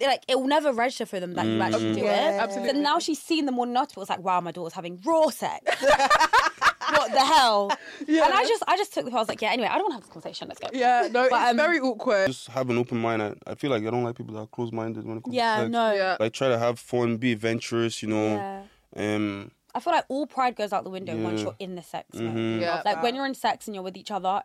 They're like it will never register for them that you Mm. actually do it. Absolutely. But now she's seen them on an article. It's like, wow, my daughter's having raw sex. what the hell? And I just, I just took the. I was like, yeah. Anyway, I don't want to have this conversation. Let's go. Yeah, no, But, it's um, very awkward. just have an open mind. I, I feel like I don't like people that are close minded when it comes Yeah, to sex. no. Yeah. Like try to have fun, be adventurous, you Yeah. know. Um I feel like all pride goes out the window once Yeah. Mm-hmm. you're in the sex. mode. Yeah. Like when you're in sex and you're with each other,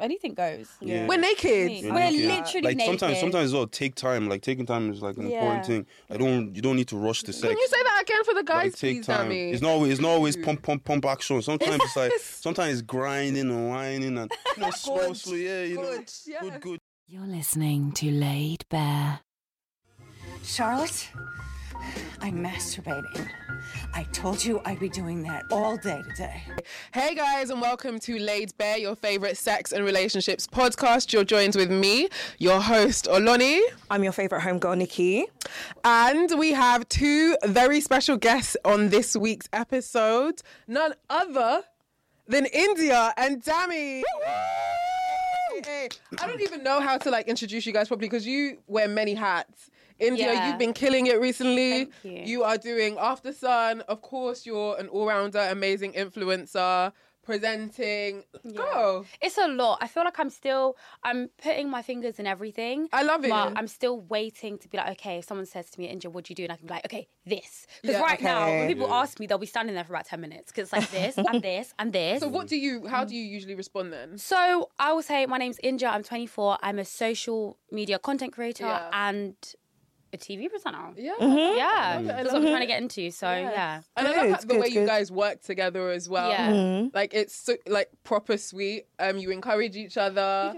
anything goes. Yeah. We're naked. We're you're naked. literally like sometimes naked. sometimes as well take time. Like taking time is like an Yeah. important thing. Like don't you don't need to rush the sex. Can you say that again for the guys, like take please, time. Dami? It's not always, it's not always pump pump pump action. Sometimes it's like sometimes it's grinding and whining and you know, slow slow yeah you know Good, yeah. good good. You're listening to Laid Bear. Charlotte, I'm masturbating. I told you I'd be doing that all day today. Hey guys, and welcome to Laid Bear, your favorite sex and relationships podcast. You're joined with me, your host Oloni, I'm your favorite homegirl, Nikki. and we have two very special guests on this week's episode. None other than India and Dami. Hey, I don't even know how to like introduce you guys properly because you wear many hats. India, Yeah. you've been killing it recently. Thank you. are doing After Sun. Of course, you're an all-rounder, amazing influencer, presenting. Go. It's a lot. I feel like I'm still I'm putting my fingers in everything. I love it. But I'm still waiting to be like, okay, if someone says to me, Inja, what do you do? And I can be like, okay, this. Because Yeah. right now, when Okay. people ask me, they'll be standing there for about ten minutes because it's like this and this and this. So what do you? How do you usually respond then? So I will say my name's Inja. I'm 24. I'm a social media content creator Yeah. and a TV presenter. Yeah. Yeah, it. I that's what love I'm it. trying to get into. So yeah, And I love Good, the good, way you good. Mm-hmm. guys work together as well. Yeah. Like it's so, like proper sweet. Um, you encourage each other.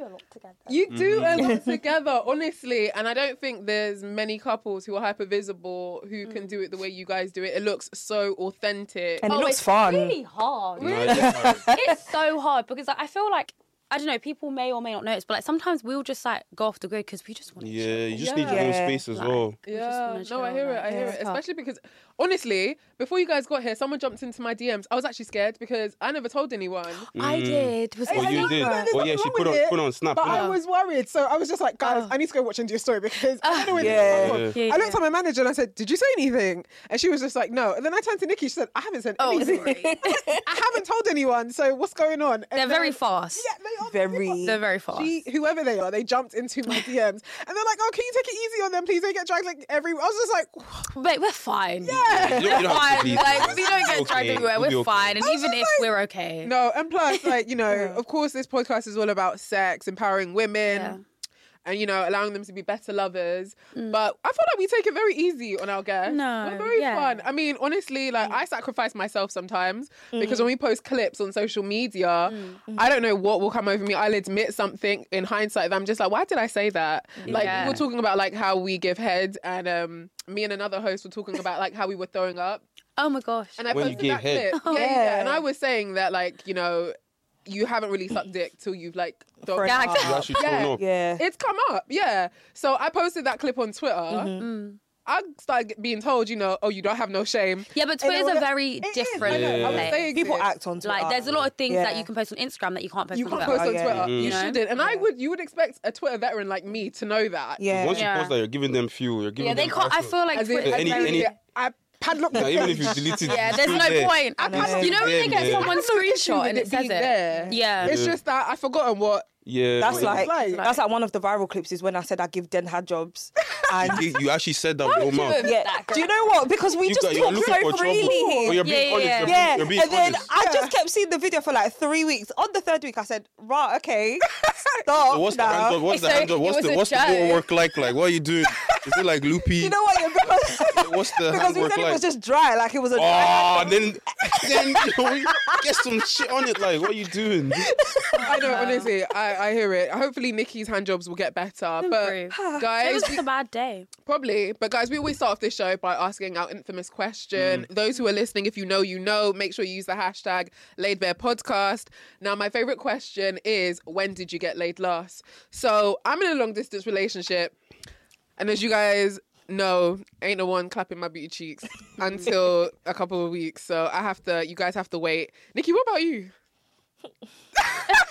You do a Mm-hmm. lot together, honestly. And I don't think there's many couples who are hyper visible who can Mm. do it the way you guys do it. It looks so authentic. Oh, And it looks it's fun. Really hard. No, I just- it's so hard because like, I feel like I don't know. People may or may not notice, but like sometimes we'll just like go off the grid because we just want to. yeah, you just Yeah. need your own Yeah. space as Like- well. We just wanna Yeah, no, I chill, hear it. like, I hear yeah. it. Especially because, honestly, before you guys got here, someone jumped into my DMs. I was actually scared because I never told anyone. I did. Was Oh, it you you? there's did. Oh yeah, nothing she wrong put with on it, put on snap. But innit? I was worried, so I was just like, guys, I need to go watch India's story because I don't Ah. know where Yeah. this is going. Yeah. I looked at my manager and I said, "Did you say anything?" And she was just like, "No." And then I turned to Nikki. She said, "I haven't said Oh, anything. I haven't told anyone. So what's going on?" And They're very then- fast. Yeah, they are Very- They're very fast. She, whoever they are, they jumped into my DMs and they're like, "Oh, can you take it easy on them, please? They get dragged like every." I was just like, Wait, we're fine. Yeah. You don't- you don't have to Fine. be- Like we don't It's get okay. dragged everywhere. You'll We're be okay. fine, and even if we're okay. No, and plus, like, you know, Of course, this podcast is all about sex, empowering women. Yeah. Mm. And you know, allowing them to be better lovers, but I feel like we take it very easy on our guests. No, we're very yeah. Mm. fun. I mean, honestly, like I sacrifice myself sometimes because when we post clips on social media, Mm, I don't know what will come over me. I'll admit something in hindsight that I'm just like, why did I say that? Like Yeah. we were talking about like how we give head, and um, me and another host were talking about like how we were throwing up. Oh my gosh. And I When you posted gave that head. clip. Yeah, yeah, yeah. And I was saying that, like, you know, you haven't really sucked dick till you've, like, done Gagged. You actually Yeah. thrown up. yeah. It's come up, yeah. So I posted that clip on Twitter. Mm. I started get- being told, you know, oh, you don't have no shame. Yeah, but Twitter's was a a- very it is, different. I know, I was place. saying- People act on Like, there's a lot of things that Yeah. you can post on Instagram that you can't post You on You can't Twitter. post on yeah. Twitter. Mhm. You You know? shouldn't. And I would, you would expect a Twitter veteran like me to know that. Yeah. Once Yeah. you post that, you're giving them fuel. You're giving Yeah, they them can't. I passion. feel like As if, Twitter's as Any- if very- any- I padlocked Like, the even page. if you delete it, Yeah, it's there's still no there. point. I know. You know when they Yeah, get yeah. someone's I don't know if screenshot with and it it says being it. there. Yeah. It's just that I've forgotten what. Yeah, That's but- like, like- that's like one of the viral clips is when I said I give Den had jobs. And You, you actually said that with your mouth. yeah, do you know what? Because we You just got- talk so freely Oh, here. you're being Yeah, yeah, honest. yeah. Yeah, You're and being, you're being then honest. I just kept seeing the video for like three weeks. On the third week, I said, "Right, okay, stop So what's the hand now." job? What's the So hand job? it What's was the a what's the joke. door work like? Like what are you doing? Is it like loopy? You know what? Yeah, because What's the because we handwork said it like? was just dry, like it was a dry. Oh, then then you know, you get some shit on it. Like, what are you doing? I know, honestly, I, I hear it. Hopefully, Nikki's hand jobs will get better. But guys, It was just a bad day. Probably. But guys, we always start off this show by asking our infamous question. Mm. Those who are listening, if you know, you know, make sure you use the hashtag laid bare podcast. Now, my favorite question is when did you get laid last? So I'm in a long distance relationship. And as you guys know, ain't no one clapping my beauty cheeks until a couple of weeks. So I have to, you guys have to wait. Nikki, what about you?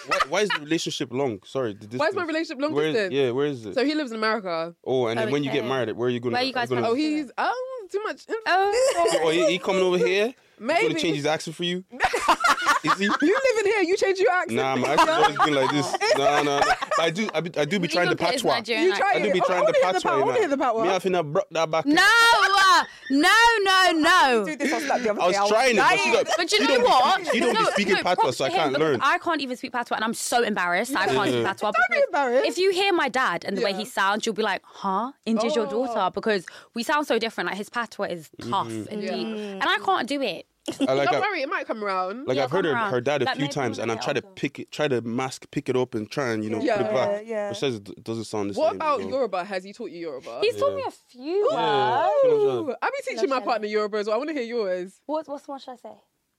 Why, why is the relationship long? Sorry, the Why is my distance. relationship long Where is- distance? yeah, where is it? So he lives in America. oh, and then when you get Okay. married, where are you going? Where you guys gonna, Oh, he's, oh, too much. Oh, Oh, he, he coming over here? He's Maybe. gonna change his accent for you? Is he? You live in here, you change your accent. Nah, my accent's always been like this. Nah, nah, nah. I do, I, be, I do be trying the patois. You try I do be it. Oh, trying I the wanna hear the patois. pa- I you wanna know. hear the patois. Me, I think I brought that back. No, uh, no, no, no. Do this on Snap the other I was day. trying it, but she dying. don't- But you He know don't be what? speak- he don't be speaking props patois, so I to him can't because learn. I can't even speak patois, and I'm so embarrassed. that I can't speak patois. Don't be embarrassed. If you hear my dad and the way he sounds, you'll be like, "Huh? India's Oh. your daughter?" Because we sound so different. Like his patois is Mm-hmm. tough and deep, Mm. and I can't do it. I like, Don't I, worry, it might come around. like Yeah, I've heard come her, her around. dad a That few may be times, and I've tried to helpful. pick it, try to mask, pick it up, and try and you know put it Yeah, back. yeah. It says it d- doesn't sound the What same. about so- Yoruba? Has he taught you Yoruba? He's taught me a few words. Yeah, Kino Ooh, Shella. I've been teaching my partner Yoruba as well. I want to hear yours. What, what's one should I say?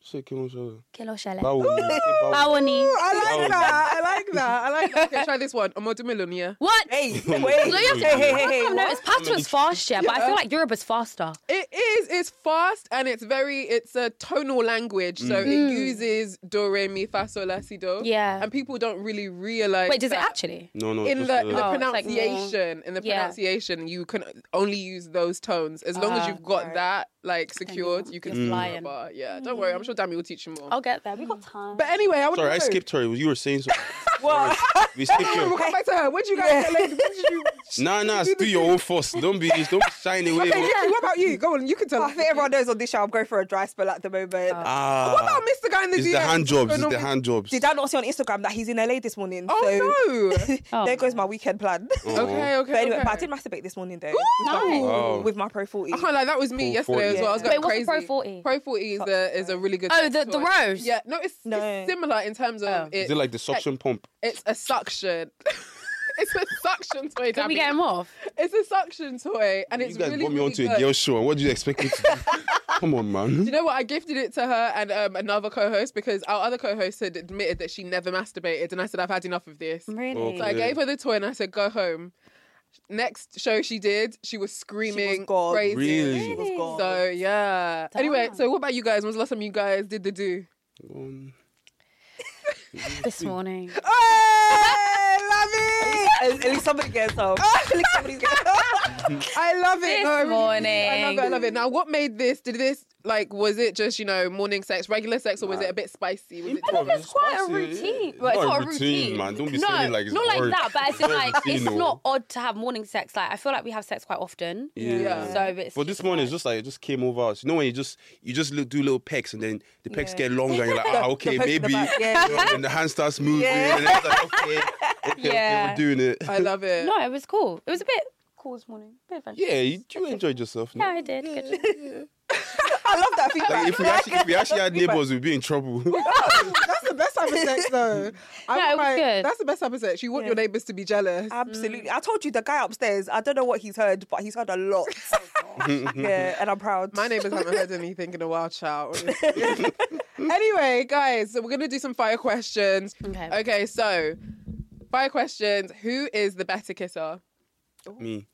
Say Kino Shella. Kilo shele. Bow wow. Bow wow. Bawani. Oh. I like that. I like that. I like that. Okay, try this one. Omodumilun, yeah. What? Hey, wait. No, you have to- Hey, hey, hey, I hey. don't know. It's patois fast, yeah, but I feel like Yoruba's faster. It is. It's fast and it's very. It's a tonal language, so Mm. it uses do re mi fa sol la si do. Yeah. and people don't really realize. Wait, does it that actually? No, no. In just uh, the, a- in the Oh, it's like more- pronunciation, in the Yeah. pronunciation, you can only use those tones. As long as Ah, you've got right. that like secured, you can you're do flying. Mm-hmm. Yoruba. Yeah, don't worry. I'm sure Dammy will teach you more. I'll get there. We got time. But anyway, I would Sorry, I know. skipped her. You were saying something. What? We skipped We'll her. come back to her. Where'd you guys get laid? When did you? Nah, nah, do do the your own first. Don't be, don't be shying away. Hey, with- Nikki, what about you? Go on, you can tell. I think everyone knows on this show I'm going for a dry spell at the moment. Oh. Ah, What about Mr. Guy in the It's DM? the hand jobs. What's It's going the on hand jobs. Did I not see on Instagram that he's in LA this morning? Oh, so no. there goes my weekend plan. with- Okay, okay. But anyway, okay. but I did masturbate this morning though. with, Nice. my, Wow. with my Pro 40. I can't lie, that was me Full yesterday 40. as well. I was Yeah. going Wait, what's the Pro crazy. 40? Pro 40 is a, is a really good. Oh, sex the- the toy. rose? Oh. Yeah, no, it's, No. it's similar in terms of it, Is it like the suction pump? it's a suction. it's a suction toy. Did we Gabby. get him off? It's a suction toy, and it's You guys really, brought me really onto good. a girl show. and What do you expect me to do? Come on, you man. know what? I gifted it to her and um, another co-host because our other co-host had admitted that she never masturbated, and I said I've had enough of this. Really? Okay. So I gave her the toy and I said, go home. Next show she did, she was screaming gone. crazy. Really? It was gone. So yeah. Anyway, so what about you guys? When was the last time you guys did the do? This morning. Hey, love it! At least somebody gets some. At least somebody's getting some. I love it. This No, I really- I love morning. it. I love it. Now, what made this? Did this like? Was it just you know morning sex, regular sex, or was it a bit spicy? Was it Improv is It's Oh, quite a spicy. routine. It's Well, it's not not a a routine, routine, man. Don't be no, saying it like it's not boring. like that. But I It's said not a like routine, it's no. not odd to have morning sex. Like I feel like we have sex quite often. Yeah. So it's. But this morning it's just like it just came over us. You know when you just you just li- do little pecks and then the pecs get longer and you're like, ah, okay, pecs in the maybe. back, yeah. you know, and the hand starts moving and it's like, okay, okay, okay, Yeah. we're doing it. Uh, I love it. No, it was cool. It was a bit cool this morning. Bit adventurous. Yeah, you, you enjoyed yourself. no? Yeah, I did. Good. I love that feedback. Like if we actually if we actually had neighbors, we'd be in trouble. That's the best type of sex, though. I'm No, it was good. That's the best type of sex. You want your neighbors to be jealous. Absolutely. I told you the guy upstairs, I don't know what he's heard, but he's heard a lot. yeah, and I'm proud. Oh My neighbors haven't heard anything in a while, child. honestly. anyway, guys, so we're gonna do some fire questions. Okay. Okay, so fire questions. Who is the better kisser? Me.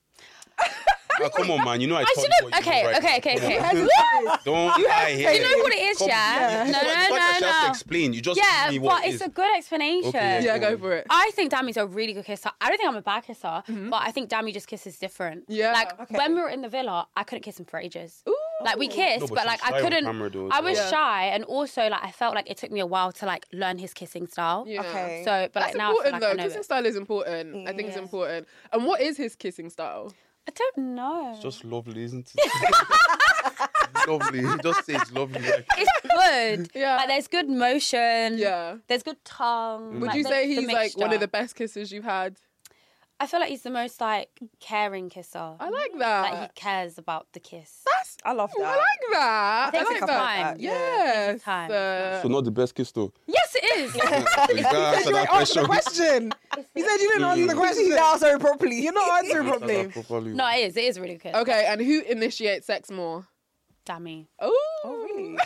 Ah, come on, man. You know I. I talk should more have. than you, Okay, right? okay, okay, Come on. okay. Don't I hear You know what it is, yeah? No, It's not- no, it's not that no, she has to no. explain. You just Yeah, tell me what but it it's is. a good explanation. Okay, Yeah, go for it. I think Dammy's a really good kisser. I don't think I'm a bad kisser, but I think Dammy just kisses different. Mm-hmm. Yeah. Like when we were in the villa, I couldn't kiss him for ages. Like we kissed, No, but, but like she's shy I on couldn't. camera though as I was well. Yeah. shy, and also like I felt like it took me a while to like learn his kissing style. Um, Yeah. Okay. So, but like It's now I feel important like I though. know Kissing it. style is important. I think it's important. And what is his kissing style? I don't know. It's just lovely, isn't it? lovely. Just say it's lovely. Like, It's good. Yeah. Like there's good motion. Yeah. There's good tongue. Mm. Would you say he's like one of the best kisses you've had? I feel like he's the most like caring kisser. I like Mm, Like that. he cares about the kiss. That's I love I like that. It takes I like a that. time. Yes. time. Uh, So not the best kiss though. Yes, it is. You gotta answer that oh, question. question. He said you didn't answer the question. You didn't answer it properly. You're not answering Answer properly. that properly. No, it is. It is really good. Okay, and who initiates sex more? Dammy. Oh, really? you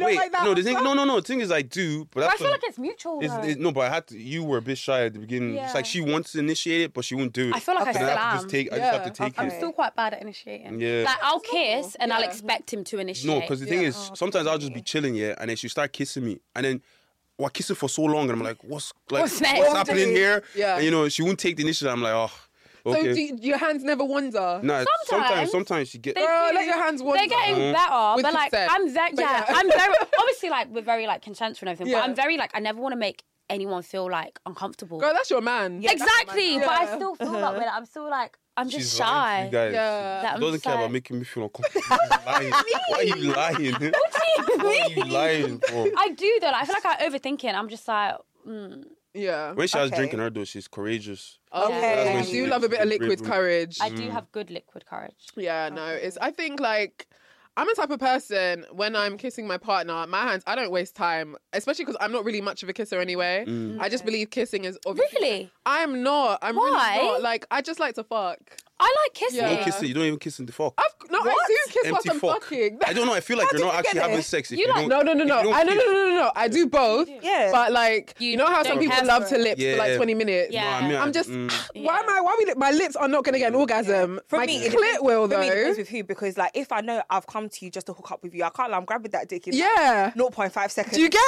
don't Wait, like that? no, the thing, no, no, no. The thing is, I do, but But I that's feel what- like it's mutual. It's, though. it, no, but I had to. You were a bit shy at the beginning. It's like Yeah. she wants to initiate it, but she wouldn't do it. I feel like I So then still have to just am. take. I just have to take I'm it. still quite bad at initiating. Yeah. Like I'll kiss and I'll expect him to initiate. No, because the thing Oh, is, sometimes I'll just be chilling, yeah, and then she'll start kissing me, and then well, I kiss her for so long, and I'm like, what's like, What's what's, next? happening here? Yeah. and, you know, she won't take the initiative. I'm like, oh, So okay. do you- your hands never wander? Nah, sometimes, Sometimes- sometimes she gets. They Girl, do. let your hands wander. They're getting Mhm. better, With but like consent. I'm very, But yeah, yeah. I'm very obviously like we're very like consensual and everything. Yeah. But I'm very like I never want to make anyone feel like uncomfortable. Girl, that's your man. exactly, man. but Yeah. I still feel that way. Like, I'm still like I'm just She's lying to shy. you guys. Yeah. That She doesn't I'm care about sad. making me feel uncomfortable. She's lying. Why are you lying? Why are you lying for? I do though. Like, I feel like I overthink it. and I'm just like, mm, Yeah. When she has Okay. drinking her though, she's courageous. Okay. when I she do did- love a bit of she did liquid Britney. courage. I do have good liquid courage. Yeah, no, it's. I think like I'm a type of person when I'm kissing my partner, my hands. I don't waste time, especially because I'm not really much of a kisser anyway. Mm. I just believe kissing is obviously. Really, I'm not. I'm Why? really not. Like I just like to fuck. I like kissing. You Yeah. don't kiss it. You don't even kiss in the fuck. I've, no, I do kiss whilst Empty I'm fuck. fucking. I don't know. I feel like you're not actually having sex. If you, You don't, don't- No, no, no, if no. you don't I no, no, kiss. no, no, no. I do both. Yeah. But like, you, You know how some don't people have love to. to lips for like Yeah. 20 minutes. Yeah. I mean, I- I'm just. ah, mm. Why am I? Why we? My lips are not gonna get an orgasm. For my me, it clit depends- will For me, it though. depends with who because like if I know I've come to you just to hook up with you, I can't. lie, I'm grabbing that dick in like, Yeah. 0.5 seconds. Do you get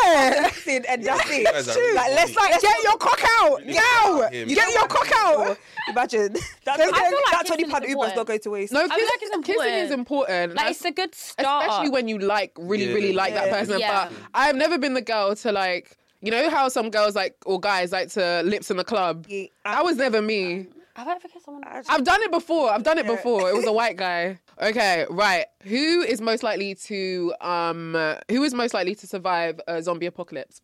it? it? And that's it. guys are really Like let's funny. Like, like get your cock out, yo! Yeah. Get your cock out. imagine that, I feel that like twenty kissing pound is Uber's not important. going to waste. No, I feel kiss- like it's kissing is important. important. Like I- it's a good start. especially when you like really, Yeah. really like that Yeah. person. Yeah. But I've never been the girl to like. You know how some girls like or guys like to lips in the club. Yeah. That was never me. have I ever kissed someone? I've done it before. I've done it before. It was a white guy. Okay, right. Who is most likely to um who is most likely to survive a zombie apocalypse?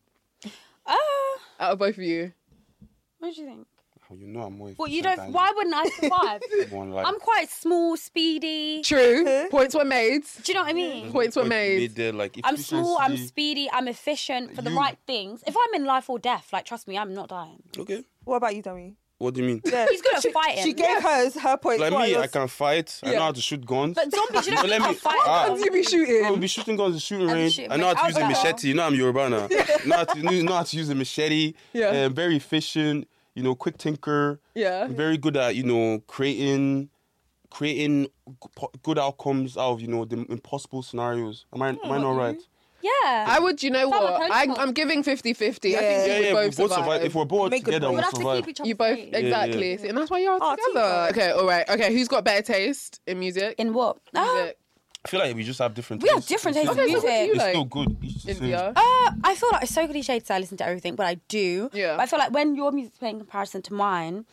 Oh, Out of both of you. what do you think? Oh, you know I'm more. Well, you efficient don't. than Why wouldn't I survive? Everyone like- I'm quite small, speedy. Do True. Points were made. you know what I mean? Points were But made. there, like, I'm small, I'm efficiency- speedy, I'm efficient for the You- right things. If I'm in life or death, like trust me, I'm not dying. Okay. What about you, dummy? What do you mean? He's good at fighting. She gave hers her point. Like What me, are I yours? can fight. I know how to shoot guns. But zombies, you No, don't think let me- I'll fight. Ah. them. You be I will shooting. be shooting guns at shooting And range. shoot- I know how to I use a will. machete. You know I'm Yoruba now. You know how to, you know how to use a machete. Yeah. Um, very efficient. You know, quick thinker. Yeah. Very good at you know creating, creating g- po- good outcomes out of you know the impossible scenarios. Am I am I not right? Yeah. I would, you know Someone what? punch I, someone. I'm giving 50 50. I think Yeah, you yeah. would we both survive. If we're both Make a together, We'll point. we'll have to survive. keep each other. you both, safe. exactly. See, And that's why you're Oh, together. teamwork. Okay, all right. Okay, who's got better taste in music? In what? Uh, music. I feel like we just have different. we have tastes. different It's tastes in still- Okay, so what music. do you It's like? still good. Each to India. Uh, I feel like it's so cliche to say I listen to everything, but I do. Yeah. Mm-hmm. But I feel like when your music's playing in comparison to mine,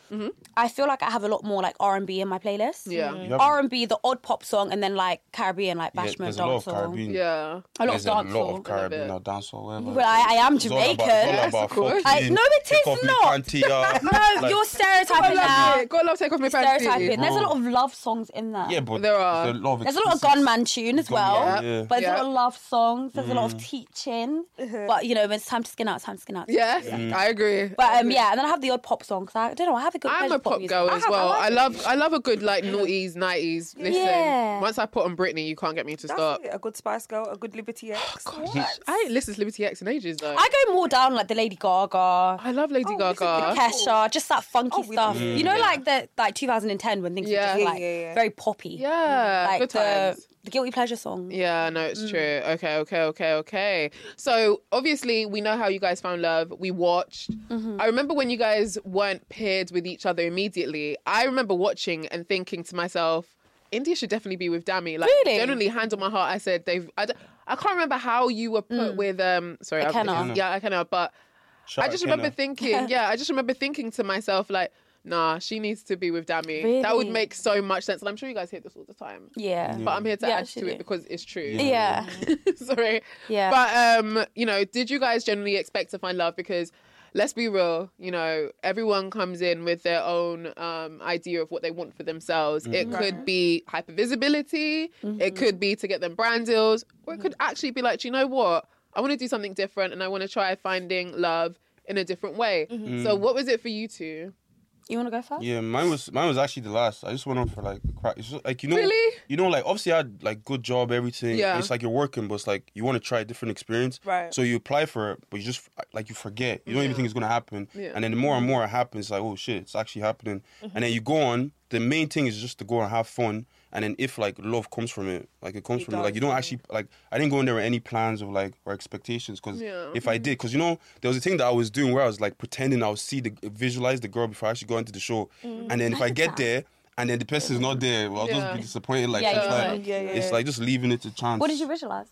I feel like I have a lot more like R and B in my playlist. Yeah. Mhm. You have- R and B, the odd pop song, and then like Caribbean, like Yeah, Bashment, there's a lot of dancehall. Caribbean. Yeah. A lot There's of a lot dancehall. of Caribbean bit. or dance or whatever. Well, I, I am It's all about- Jamaican. It's all about of course. fucking. I- no, it pick is up me not. panty, yeah. No, Like, you're stereotyping Gotta love now. it. Gotta love take off my Stereotyping. pants. There's a Bro. lot of love songs in there. Yeah, but There are. there's a lot of, There's a lot of explicit- gunman tune as Gun well. man, yeah. Mm. But there's Yeah. a Uh-huh. lot of love songs. There's a lot of teaching. But you know, when it's time to skin out, it's time to skin out. Yes, I agree. But um, yeah, and then I have the odd pop songs. I don't know. I have a good. I'm pleasure a pop music. girl I as have- well. I like love I love a good like noughties, nineties. Listen, Yeah. once I put on Britney, you can't get me to That's stop. it, a good Spice Girl, a good Liberty X. I ain't listened to Liberty X in ages though. I, I Oh, go more down like the Lady Gaga, love Lady the Gaga. Oh, Kesha, just that funky we- stuff. Mm. You know, like the like 2010 when things Yeah. were just Yeah, like yeah, yeah. very poppy. Yeah, like good the, times. the guilty pleasure song. Yeah, no, it's true. Okay, okay, okay, okay. So obviously, we know how you guys found love. We watched. I remember when you guys weren't paired with each other immediately. I remember watching and thinking to myself, India should definitely be with Dami. Like, Really? genuinely, hand on my heart, I said they've. I, don't- I can't remember how you were put with. Um, sorry, I've- Ikenna. Yeah, I cannot. But Shout I just out remember Kenna. thinking, yeah, I just remember thinking to myself like. Nah, she needs to be with Dami. That would Really? make so much sense. And I'm sure you guys hear this all the time. Yeah. Mm. But I'm here to Yeah, add she to it did. because it's true. Yeah. Sorry. Yeah. But um, you know, did you guys generally expect to find love? Because let's be real, you know, everyone comes in with their own um, idea of what they want for themselves. It Mhm. could Right. be hyper visibility, Mm-hmm. it could be to get them brand deals, or it could actually be like, "Do you know what? I want to do something different and I want to try finding love in a different way. Mhm. Mm-hmm. So, Mm. what was it for you two? You want to go first? Yeah, mine was mine was actually the last. I just went on for like crap. It's just, like you know, Really? you know, like obviously I had like good job, everything. Yeah. It's like you're working, but it's like you want to try a different experience. Right. So you apply for it, but you just like you forget. You don't even think it's gonna happen. Yeah. And then the more and more it happens, like oh shit, it's actually happening. And then Mm-hmm. you go on. The main thing is just to go and have fun. And then if like love comes from it, like it comes It from it, like you does, don't yeah. actually like I didn't go in there with any plans of like or expectations because Yeah. if I did, because you know there was a thing that I was doing where I was like pretending I would see the visualize the girl before I actually go into the show, Mm. and then if I I did get that. there and then the person's not there, well, I'll just Yeah. be disappointed. Like, Yeah, so it's, you like would. Yeah, yeah, it's yeah. like just leaving it to chance. What did you visualize?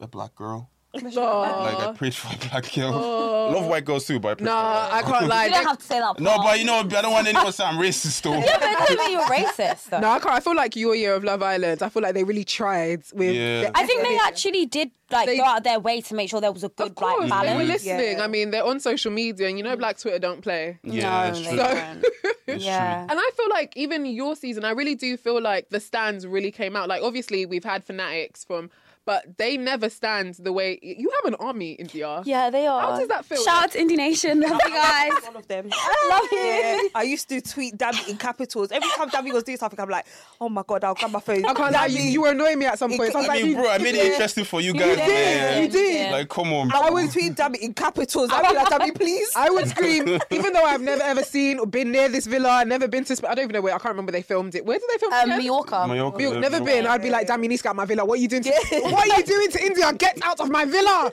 A black girl. Like I Aw. prayed for a black girl. Oh. Love white girls too, but I prayed No, for a I black girl. can't lie. You don't have to say that. No, Paul. but you know, I don't want anyone to say I'm racist though. Yeah, but it doesn't mean you're racist. Though. No, I can't. I feel like your year of Love Island. I feel like they really tried with. Yeah. the I think they effort. actually did like go out of their way to make sure there was a good like Of course, balance. They were listening. I mean, they're on social media, and you know, Black Twitter don't play. Yeah, it's true. yeah. And I feel like even your season, I really do feel like the stands really came out. Like obviously we've had fanatics from, but they never stand the way you have an army, India. Yeah, they are. How does that feel? Shout out to Indie Nation. Love you guys. One of them. Love you. I used to tweet Dabby in capitals. Every time Dabby was doing something, I'm like, oh my god, I'll grab my phone. I can't lie, you, you were annoying me at some point. So I was I mean, like, bro, I made it yeah. interesting for you did, guys. man. you did. Like, come on. I would tweet Dabby in capitals. I'd be like, Dabby, please. I would scream, even though I've never ever seen or been near this villa, never been to. Sp- I don't even know where. I can't remember they filmed it. Where did they film it? Um, Mallorca. Mallorca, Mallorca, yeah, never Mallorca. been. I'd be like, damn, you need to get out my villa. What are you doing? To- what are you doing to India? Get out of my villa.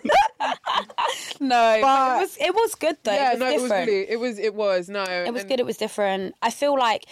No, but, But- it was it was good though. Yeah, it was no, it was different. really, it was, it was no, It was good. It was different. I feel like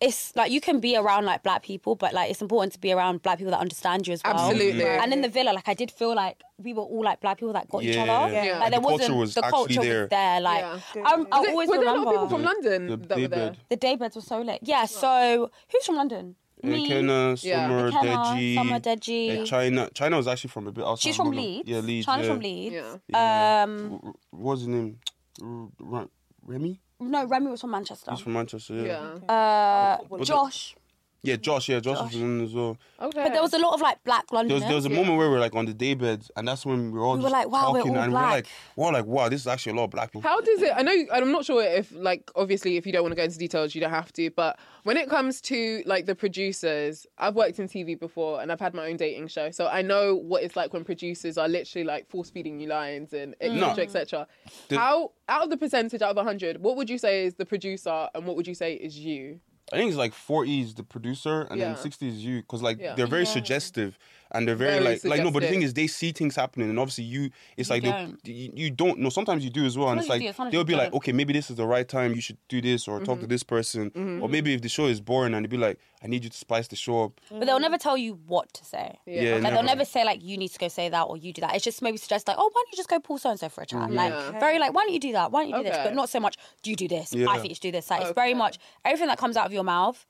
it's like you can be around like black people, but like it's important to be around black people that understand you as well. Absolutely. Mhm. And in the villa, like I did feel like we were all like black people that got each Yeah. other. Yeah. Like there The culture wasn't was the actually culture there. was there. Like I'm, I always were there a lot remember of people from London The that were there? daybed. the daybeds were so lit. Yeah. So who's from London? Me. Kenna, Yeah. Summer, Kenna, Deji, Summer, Deji. eh, China. China was actually from a bit outside. She's from London. Leeds. Yeah, Leeds. China's yeah. from Leeds. Um, R- What's his name? R- R- Remy? no, Remy was from Manchester. He's from Manchester. Yeah. Yeah, Uh, But the- Josh. Josh. Yeah, Josh, was in as well. Okay. But there was a lot of like black There Londoners. was, there was a moment where we were like on the daybeds, and that's when we were all We were just like, wow, we're talking, all and we black. were like, we were like, wow, this is actually a lot of black people. How does it? I know I'm not sure if, like, obviously, if you don't want to go into details, you don't have to. But when it comes to like the producers, I've worked in TV before and I've had my own dating show, so I know what it's like when producers are literally like force feeding you lines and etc. Mm. No. etc. The- How out of the percentage out of 100, what would you say is the producer and what would you say is you? I think it's like 40 is the producer and Yeah. then 60 is you because like Yeah. they're very Yeah. suggestive and they're very, Very like like no but the suggestive. thing is they see things happening and obviously you it's You like they'll- don't. you you don't know sometimes you do as well and it's Sometimes like you do, sometimes they'll you be like don't. okay maybe this is the right time you should do this or Mm-hmm. talk to this person Mhm. or maybe if the show is boring and they'll be like I need you to spice the show up But Mm. they'll never tell you what to say. Yeah. Yeah, like, they'll never. never say like you need to go say that or you do that. It's just maybe suggest like, oh, why don't you just go pull so and so for a chat? Mhm. Like Yeah. very like, why don't you do that? Why don't you do this? Okay. But not so much. Do you do this? Yeah. I think you should do this. Like it's very much everything that comes out of your mouth.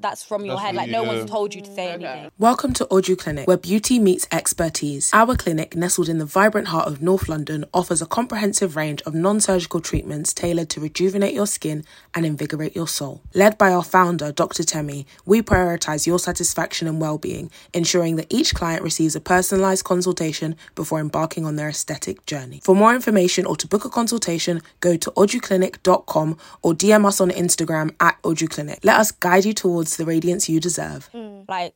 That's from your That's head. what Like you- no yeah. one's told you to say anything. Welcome to Odoo Clinic, where beauty meets expertise. Our clinic, nestled in the vibrant heart of North London, offers a comprehensive range of non surgical treatments tailored to rejuvenate your skin and invigorate your soul. Led by our founder, Dr. Temi, we prioritize your satisfaction and well being, ensuring that each client receives a personalized consultation before embarking on their aesthetic journey. For more information or to book a consultation, go to oduclinic.com or DM us on Instagram at oduclinic. Let us guide you towards the radiance you deserve. Mm-hmm. Like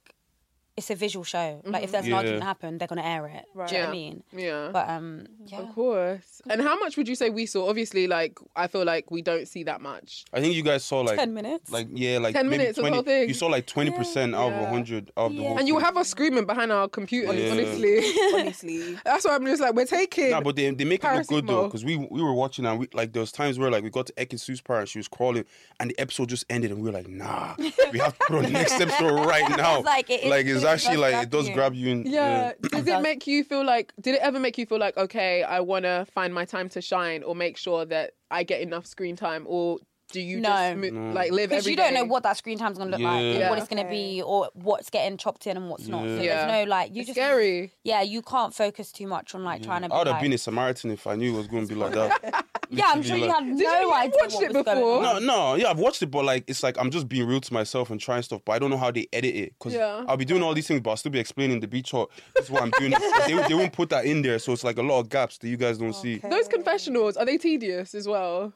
it's a visual show. Like if there's an Yeah. argument that happened, they're gonna air it. Do you know what I Yeah. mean? Yeah. But um, yeah. Of course. And how much would you say we saw? Obviously, like I feel like we don't see that much. I think you guys saw like 10 minutes? like yeah like 10 maybe minutes of the 20 whole thing. you saw like 20 percent out of Yeah. 100 out of the whole And you'll thing. have us screaming behind our computers, Yeah. honestly. honestly. That's why I'm just like, we're taking. Nah, but they, they make it look good though, Paracetamol. because we we were watching and we like there was times where like we got to Ekin Sue's part and she was crawling and the episode just ended and we were like, nah, we have to put on the next episode right now. It's like, it is- it's it actually does like grab it does you. grab you in. Yeah. Does it make you feel like? Did it ever make you feel like, okay, I want to find my time to shine, or make sure that I get enough screen time, or do you No. just mo- like live? because every you don't know day? what that screen time's gonna look like, Yeah. and Yeah. what it's gonna be, or what's getting chopped in and what's not. So Yeah. there's no like you just scary. Yeah, you can't focus too much on like trying to. I would be, have like, been a Samaritan if I knew it was going to be like that. Yeah, I'm sure literally, you like- had no idea what was going No, on. no, yeah, I've watched it, but like, it's like I'm just being real to myself and trying stuff, but I don't know how they edit it because Yeah. I'll be doing all these things, but I'll still be explaining the beach hut. This is what I'm doing. they, they won't put that in there, so it's like a lot of gaps that you guys don't see. Those confessionals are they tedious as well?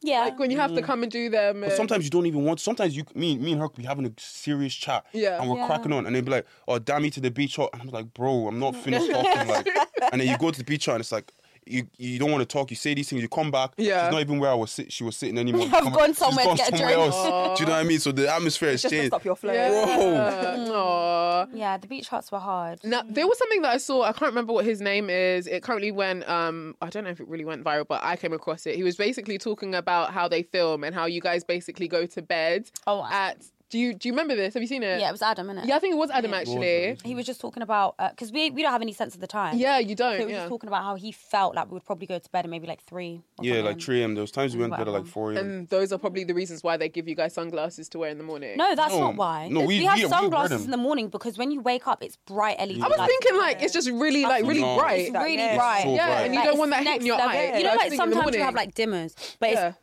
Yeah, like when you have to Mm. come and do them. But and- sometimes you don't even want. Sometimes you, me, me and her could be having a serious chat, Yeah. and we're Yeah. cracking on, and they'd be like, "Oh, damn me to the beach hut," and I'm like, "Bro, I'm not finished talking." Like, and then you go to the beach hut, and it's like. You, you don't want to talk. You say these things. You come back. Yeah. She's not even where I was. Sit, she was sitting anymore. I've You come back, gone she's somewhere to gone get a somewhere drink. else. Do you know what I mean? So the atmosphere has just to changed. stop your flow. uh, Whoa. Mm. Aww. Yeah, the beach huts were hard. Now, there was something that I saw. I can't remember what his name is. It currently went. Um, I don't know if it really went viral, but I came across it. He was basically talking about how they film and how you guys basically go to bed. Oh, at do you do you remember this? Have you seen it? Yeah, it was Adam, innit? Yeah, I think it was Adam actually. He was just talking about because we we don't have any sense of the time. Yeah, you don't, So he was yeah. just talking about how he felt like we would probably go to bed at maybe like three. or Yeah, something. like 3 a.m. There was times we went to bed at like 4 a.m. And Hmm, those are probably the reasons why they give you guys sunglasses to wear in the morning. No, that's not why. no, we- have we- we wear sunglasses them. in the morning because when you wake up, it's bright LED. I was thinking like it's just really like really No. bright. It's really yeah. bright. Yeah, and you Like, don't want it's that hitting next your level. eye. You know, like First thing in the sometimes you morning. have like dimmers, but it's,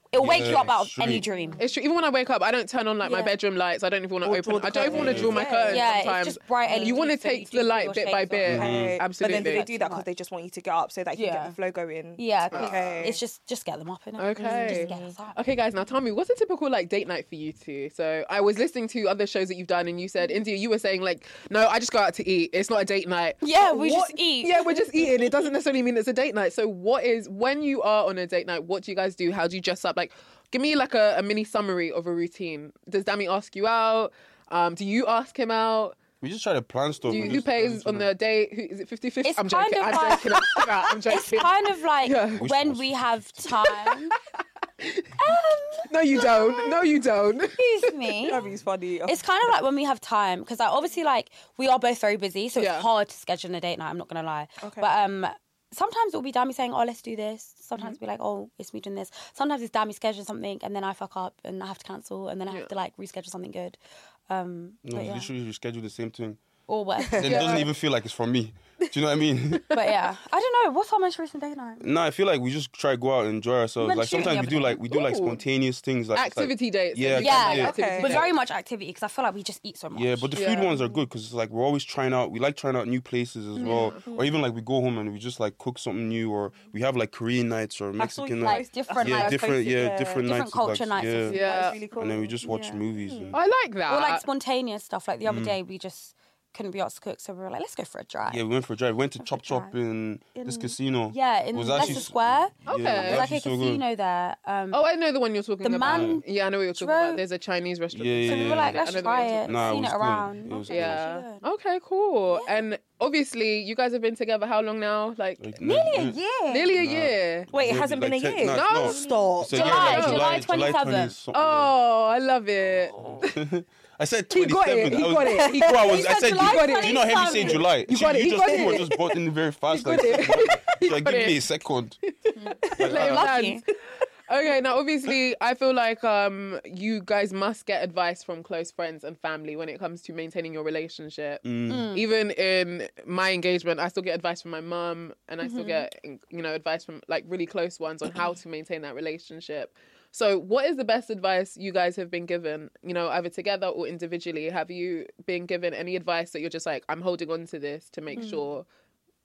it'll wake you up out of any It's true. dream. It's true. Even when I wake up, I don't turn on like my bedroom lights. I don't even want to open. I don't even want to draw my curtains. Yeah, it's sometimes. just bright LED, You want to so you take do the put light your bit shades by on. bit. Okay. Mm-hmm. Absolutely. But then do they do that because they just want you to get up so that you Yeah. can get the flow going. Yeah, 'cause Okay. it's just just get them up in Okay. Just get us up. Okay, guys. Now, tell me, what's a typical like date night for you two? So, I was listening to other shows that you've done, and you said India. You were saying like, no, I just go out to eat. It's not a date night. Yeah, we What- just eat. Yeah, we're just eating. It doesn't necessarily mean it's a date night. So, what is when you are on a date night? What do you guys do? How do you dress up? Like, give me like a, a mini summary of a routine. Does Dami ask you out? Um, do you ask him out? We just try to plan stuff. Do you, and who just- pays on the date? Who is it? 50-50? It's I'm kind joking. of I'm like- joking. I'm joking. I'm joking. It's kind of like when we have time. Um, no, you don't. No, you don't. Excuse me. He's funny. It's kind of like when we have time because I obviously like we are both very busy, so it's hard to schedule a date night. I'm not gonna lie. But um, sometimes it'll be Dami saying, "Oh, let's do this." Sometimes Mm-hmm. be like, "Oh, it's me doing this." Sometimes it's Dami scheduling something and then I fuck up and I have to cancel and then I have to like reschedule something good. Um, No, but yeah. literally, you schedule the same thing. or whatever. Then it doesn't even feel like it's from me. Do you know what I mean? but yeah, I don't know. What's our most recent date night? No, I feel like we just try to go out and enjoy ourselves. Well, like shooting sometimes the we do other like we do like day. spontaneous things. Like it's like- Activity dates. Yeah, yeah, yeah, okay. but very much activity because I feel like we just eat so much. yeah. But the food ones are good because it's like we're always trying out. We like trying out new places as well, Yeah. or even like we go home and we just like cook something new, or we have like Korean nights or Mexican like, nights. different yeah, nights, different, places, yeah, yeah. Different different nights. with, culture like, nights and stuff. Yeah, That's really And then we just watch movies. And, I like Or like that. spontaneous stuff. Like the other Mm. day, we just couldn't be asked to cook, so we were like, let's go for a drive. yeah, we went for a drive. We went to Chop Chop in, this In- casino. Yeah, in It was Leicester actually s- Square. yeah, it was There's like actually a so good. casino there. Um, Oh, I know the one you're talking the about. man yeah, I know what you're talking about. There's a Chinese restaurant. Yeah, yeah, So we were yeah. like, I let's know the try one you're it. talking Nah, it Seen was it good. around. It was good. Yeah. Okay, cool. And obviously, you guys have been together how long now? Like, nearly a year. Nearly a year. Wait, it Yeah, hasn't like been a ten- year. no, No. it's stop. It's a year, like July- July 20s, something. Oh, I love it. I said He 27. got it, he I was, got it, he Bro, I, got was, it. He I said, said you July got it. You know how you say 27. July. You got it, You he just got you were it. just brought in very fast. Like, got it. she's like, give me a second. Let him Lucky. land. Okay, now obviously, I feel like um, you guys must get advice from close friends and family when it comes to maintaining your relationship. Mm. Mm. Even in my engagement, I still get advice from my mum, and I still Mhm. get you know advice from like really close ones on how to maintain that relationship. So, what is the best advice you guys have been given? You know, either together or individually. Have you been given any advice that you're just like, I'm holding on to this to make Mm. sure,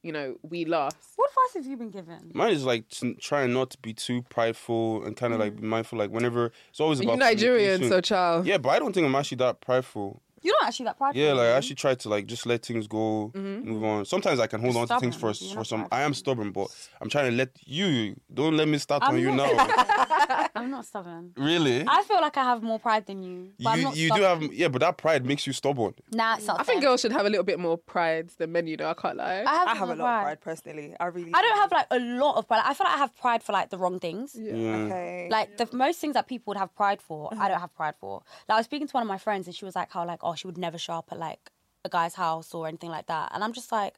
you know, we last? What advice have you been given? Mine is like to, trying not to be too prideful and kind of like be mindful. Like whenever it's always You about Nigerian, communication. so child. Yeah, but I don't think I'm actually that prideful. You're not actually that prideful. Yeah, like I Mm-hmm. man. actually try to like just let things go, Mhm. move on. Sometimes I can hold You're on to things for stubborn. s- You're for not some. I am stubborn, but I'm trying to let you. Don't let me start on I'm you not- now. I'm not stubborn. Really? I feel like I have more pride than you. But I'm you not you do stubborn. have yeah, but that pride makes you stubborn. Nah, it's not I think fair. girls should have a little bit more pride than men, you know. I can't lie. I have I have a lot of pride. pride personally. I really. I don't have like a lot of pride. I feel like I have pride for like the wrong things. Yeah. Okay. Like the most things that people would have pride for, I don't have pride for. Like I was speaking to one of my friends and she was like how like oh she would never show up at like a guy's house or anything like that. And I'm just like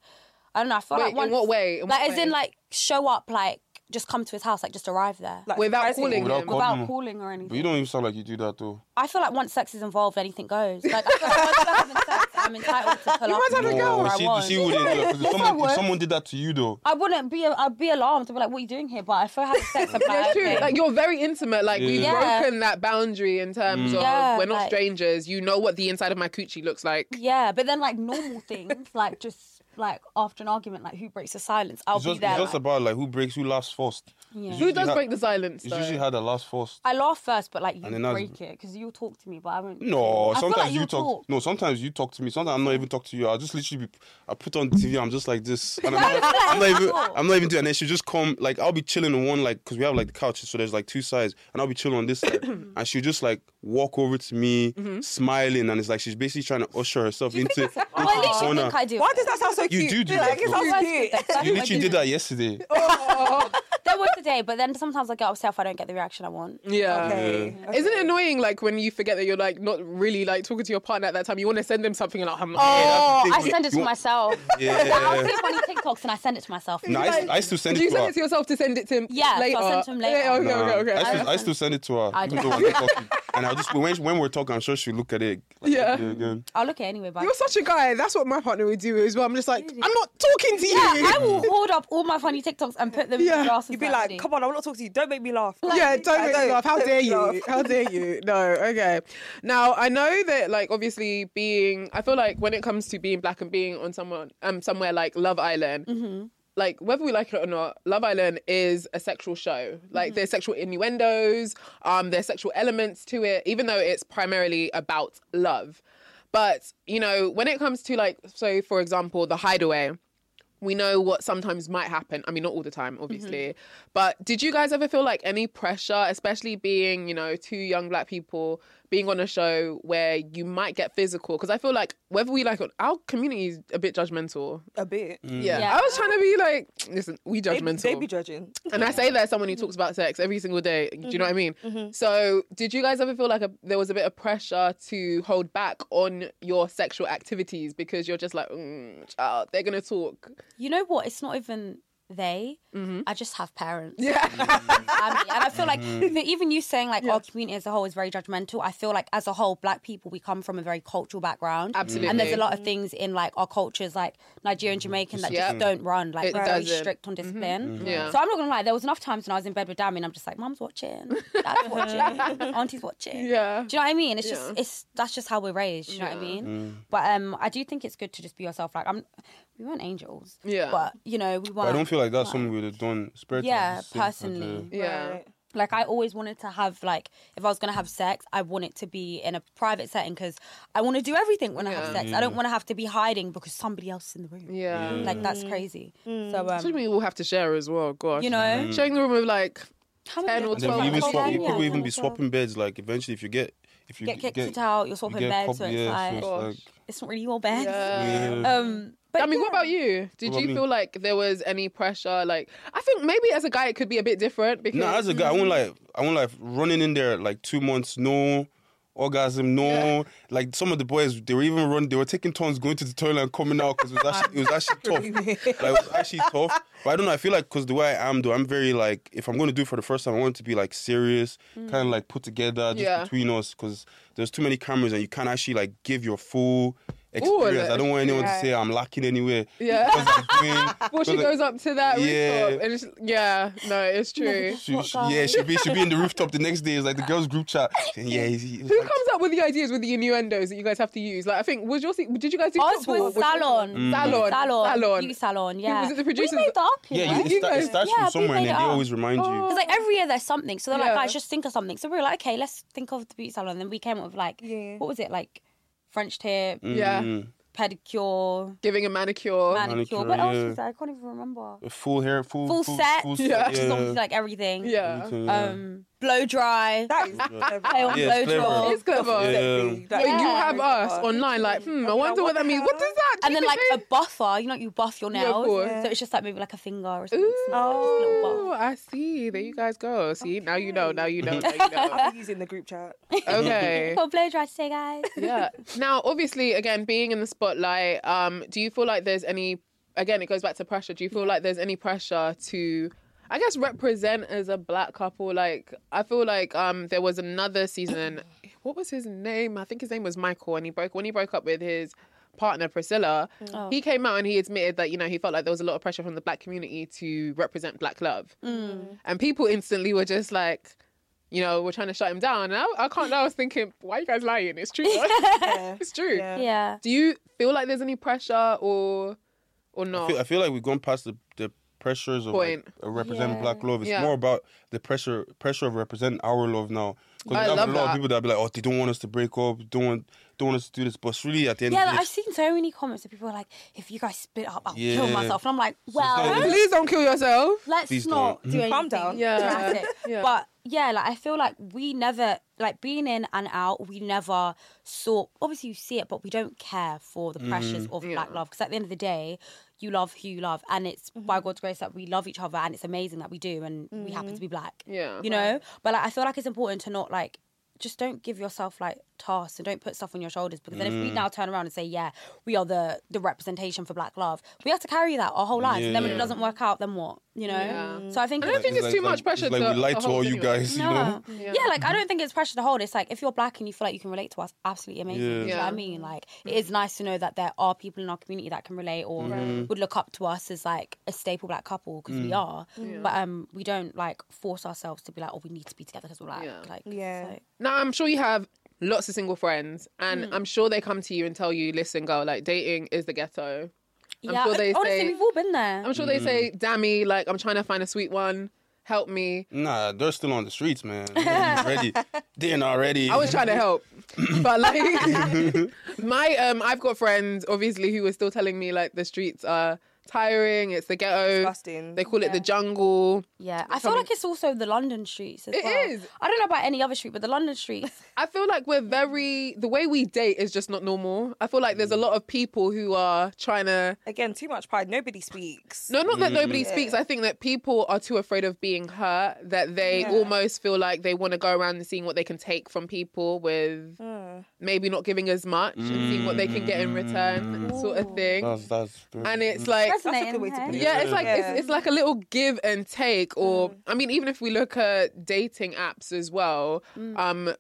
I don't know, I feel Wait, like in once, what way? In like what as in way? like show up like just come to his house, like just arrive there Like, Without surprising calling Without him. calling without him. calling or But anything. you don't even sound like you do that though. I feel like once sex is involved, anything goes. Like I feel like once sex is in sex, I'm entitled to pull You up. might have a wherever girl. I She, want. she wouldn't. do that, 'cause if, Yes, I someone, if would. someone did that to you though, I wouldn't be. I'd be alarmed. I'd be like, "What are you doing here?" But I feel like sex. I'm That's true. okay. Like you're very intimate. Like we've Yeah. broken that boundary in terms Mm. of Yeah, we're not like- strangers. You know what the inside of my coochie looks like. Yeah, but then like normal things, like just like after an argument, like who breaks the silence, I'll it's be just, there. it's just like- about like who breaks, who laughs first. Yeah. It's Who usually does how- break the silence, It's though? usually how that laughs first. I laugh first, but like you And then that's- break it because you'll talk to me, but I won't. No, I feel sometimes like you you'll talk, No, sometimes you talk to me. Sometimes I'm not even talk to you. I just literally be. I put on TV. I'm just like this, and I'm not, I'm not even. I'm not even doing. And then she just come. Like I'll be chilling on one. Like because we have like the couches, so there's like two sides, and I'll be chilling on this side, and she'll just like walk over to me, Mhm. smiling, and it's like she's basically trying to usher herself into, into Oh, at the least you corner. think I do. Why does that sound so You cute? do do Like, that, it though. sounds cute. You literally did that yesterday. There was a day, but then sometimes I get upset if I don't get the reaction I want. Yeah. Okay. Isn't it annoying like when you forget that you're like not really like talking to your partner at that time? You want to send them something and like, I'm not. Oh, I send it to myself. myself. Yeah. I'll see funny TikToks and I send it to myself. No, I used- I used to send Do it you to send her. it to yourself to send it to him Yeah, so later? I'll send to him later. Yeah, okay, Nah, okay, okay. Um, I still, I still send it to her, I even don't. though we're not talking. And I just when when we're talking, I'm sure she'll look at it. Like, Yeah. Again. I'll look at it anyway. But You're such a guy. That's what my partner would do as well. I'm just like, I'm not talking to yeah, you. I will hold up all my funny TikToks and put them in glasses. You'd be like, come on, I will not talk to you. Don't make me laugh. yeah, don't make me laugh. How Don't dare make me laugh. you? How dare you? No, okay. Now I know that like obviously being I feel like when it comes to being black and being on someone um somewhere like Love Island. Like whether we like it or not, Love Island is a sexual show. Like there's sexual innuendos, um, there's sexual elements to it, even though it's primarily about love. But you know, when it comes to like, so for example, the Hideaway, we know what sometimes might happen. I mean, not all the time, obviously. Mm-hmm. But did you guys ever feel like any pressure, especially being, you know, two young black people, being on a show where you might get physical? Because I feel like whether we like it, our community is a bit judgmental. A bit. Yeah. I was trying to be like, listen, we Mm. They, judgmental. they be judging. And I say that as someone who talks about sex every single day. Do you know what I mean? Mhm. So, did you guys ever feel like a, there was a bit of pressure to hold back on your sexual activities because you're just like, mm, child, they're gonna talk. you know what? It's not even they. I just have parents. Mm-hmm. Yeah. Family. And I feel like Mhm. the- even you saying like our community as a whole is very judgmental. I feel like as a whole, black people, we come from a very cultural background. And there's Absolutely. a lot of things in like our cultures, like Nigerian, Jamaican, that Yep. just don't run. Like It we're very doesn't. strict on discipline. Mhm. Yeah. So I'm not gonna lie, there was enough times when I was in bed with Dami and I'm just like, Mum's watching, Dad's watching, Auntie's watching. Yeah. Do you know what I mean? It's just Yeah. it's that's just how we're raised. Do you know what I Yeah. mean? Mm. But um, I do think it's good to just be yourself. Like I'm, we weren't angels. Yeah. But you know, we But weren't. I don't feel like that's something we would have done spiritually. Yeah, Just say, personally. okay. Yeah. Like I always wanted to have like if I was gonna have sex, I want it to be in a private setting because I want to do everything when I have Yeah. sex. I Mm. don't want to have to be hiding because somebody else is in the room. Yeah. Mm. Yeah. Like that's crazy. So So um, we all have to share as well. Gosh, You know? Mm. sharing the room with like ten or And then twelve. we even people. swap, yeah, people yeah, even be 10 or 12. swapping beds. Like eventually, if you get if you get kicked get, out, you're you swapping get beds, couple- so it's yeah, like, so it's like- it's not really your bed. Yeah. Um, but I mean, what about you? Did What about you me? feel like there was any pressure? Like, I think maybe as a guy it could be a bit different because No, as a guy, I won't Mm-hmm. like I won't like running in there like two months, no orgasm, no. Like some of the boys, they were even running. They were taking turns going to the toilet and coming out because it was actually it was actually tough. like, it was actually tough. But I don't know. I feel like because the way I am, though, I'm very like if I'm going to do it for the first time, I want it to be like serious, kind of like put together just Mm. Yeah. between us because there's too many cameras and you can't actually like give your full. Experience. I that- don't want anyone yeah. to say I'm lacking anywhere. Yeah. well, she Because- goes up to that Yeah. rooftop, and it's, yeah, no, it's true. She, she- yeah, she'd be, she'd be in the rooftop the next day. It's like the girls' group chat. And yeah, he's, he- Who comes up with the ideas with the innuendos that you guys have to use? Like, I think was your se- did you guys do Ours football? was salon. Mm. salon, Salon. salon, You salon, yeah. Was it the We producers? made that up, you yeah, know? you, it, sta- it starts Yeah, from somewhere we and made then it they up. always remind Because you. like every year there's something, so they're Yeah. like, guys, just think of something. So we were like, okay, let's think of the beauty salon. Then we came up with like, what was it like, French tip, Mm. Yeah. pedicure, Giving a manicure. manicure. Oh, Manicure, What else yeah. was there? I can't even remember. Oh. A Full hair, full, Full set, full yeah. set, which is obviously like everything. Yeah. Everything, yeah. Um, blow dry. That is play on Yeah, blow it's clever. dry. It's clever. Yeah. But you have us online, like, hmm, I wonder what that means. What does that? Oh, And then like a buffer, you know, you buff your Yeah, of nails, course. so it's just like maybe like a finger or something. Oh, I see. There you guys go. See, now you know. Now you know. Now you know. I'll be using the group chat. Okay. Got blow dry today, guys. yeah. Now, obviously, again, being in the spotlight, um, do you feel like there's any? Again, it goes back to pressure. Do you feel like there's any pressure to? I guess represent as a black couple. Like I feel like um there was another season. what was his name? I think his name was Michael, and he broke when he broke up with his partner Priscilla. Oh. He came out and he admitted that you know he felt like there was a lot of pressure from the black community to represent black love, Mm. and people instantly were just like. You know, we're trying to shut him down. And I, I can't. I was thinking, why are you guys lying? It's true. It's true. Yeah. Yeah. Do you feel like there's any pressure or or I not? feel, I feel like we've gone past the, the pressures of like, Point. uh, representing Yeah. black love. It's Yeah. more about the pressure pressure of representing our love now. I Because we have love a lot that. of people that be like, oh, they don't want us to break up, don't want, don't want us to do this. But it's really, at the end Yeah, of the like, day, I've seen so many comments of people are like, if you guys split up, I'll kill Yeah. myself. And I'm like, it's well, not- Please don't kill yourself. Let's Please not don't. do anything. Mm-hmm. Calm down. Yeah. drastic. But yeah, like I feel like we never like being in and out. We never saw. Obviously, you see it, but we don't care for the pressures Mm-hmm. Mhm. of black love because at the end of the day, you love who you love, and it's by Mm-hmm. God's grace that we love each other, and it's amazing that we do, and we happen Mhm. to be black. Yeah. you know. But like, I feel like it's important to not like. Just don't give yourself like tasks and don't put stuff on your shoulders because then if we Mm. now turn around and say yeah we are the the representation for black love we have to carry that our whole lives and then when it Yeah. doesn't work out then what you know so I think I don't think it's, like- too like- much pressure. It's like to we lied to hold all you anyway. guys, you no. know? Yeah. like I don't think it's pressure to hold. It's like if you're black and you feel like you can relate to us, absolutely amazing. Yeah. Do you know what I Yeah. mean? Like it is nice to know that there are people in our community that can relate or Mm-hmm. Right. would look up to us as like a staple black couple because we Mm. are. Yeah. But um, we don't like force ourselves to be like, oh, we need to be together because we're black. Like yeah. Now I'm sure you have lots of single friends, and Mm. I'm sure they come to you and tell you, "Listen, girl, like dating is the ghetto." I'm Yeah, sure they honestly, say. we've all been there. I'm sure Mm. they say, "Dammy, like I'm trying to find a sweet one. Help me." Nah, they're still on the streets, man. They're ready. They're not ready. I was trying to help, but like my um, I've got friends obviously who were still telling me like the streets are tiring. It's the ghetto. Disgusting. They call it the jungle. Yeah, I feel like it's also the London streets as It well. is. I don't know about any other street, but the London streets. I feel like we're very the way we date is just not normal. I feel like there's a lot of people who are trying to again too much pride. Nobody speaks. No, not that nobody Yeah. speaks. I think that people are too afraid of being hurt that they Yeah. almost feel like they want to go around and seeing what they can take from people with Mm. maybe not giving as much and seeing what they can get in return, sort of thing. That's, that's and it's like yeah, it's like it's, it's like a little give and take. Or Mm. I mean, even if we look at dating apps as well, Mm. um.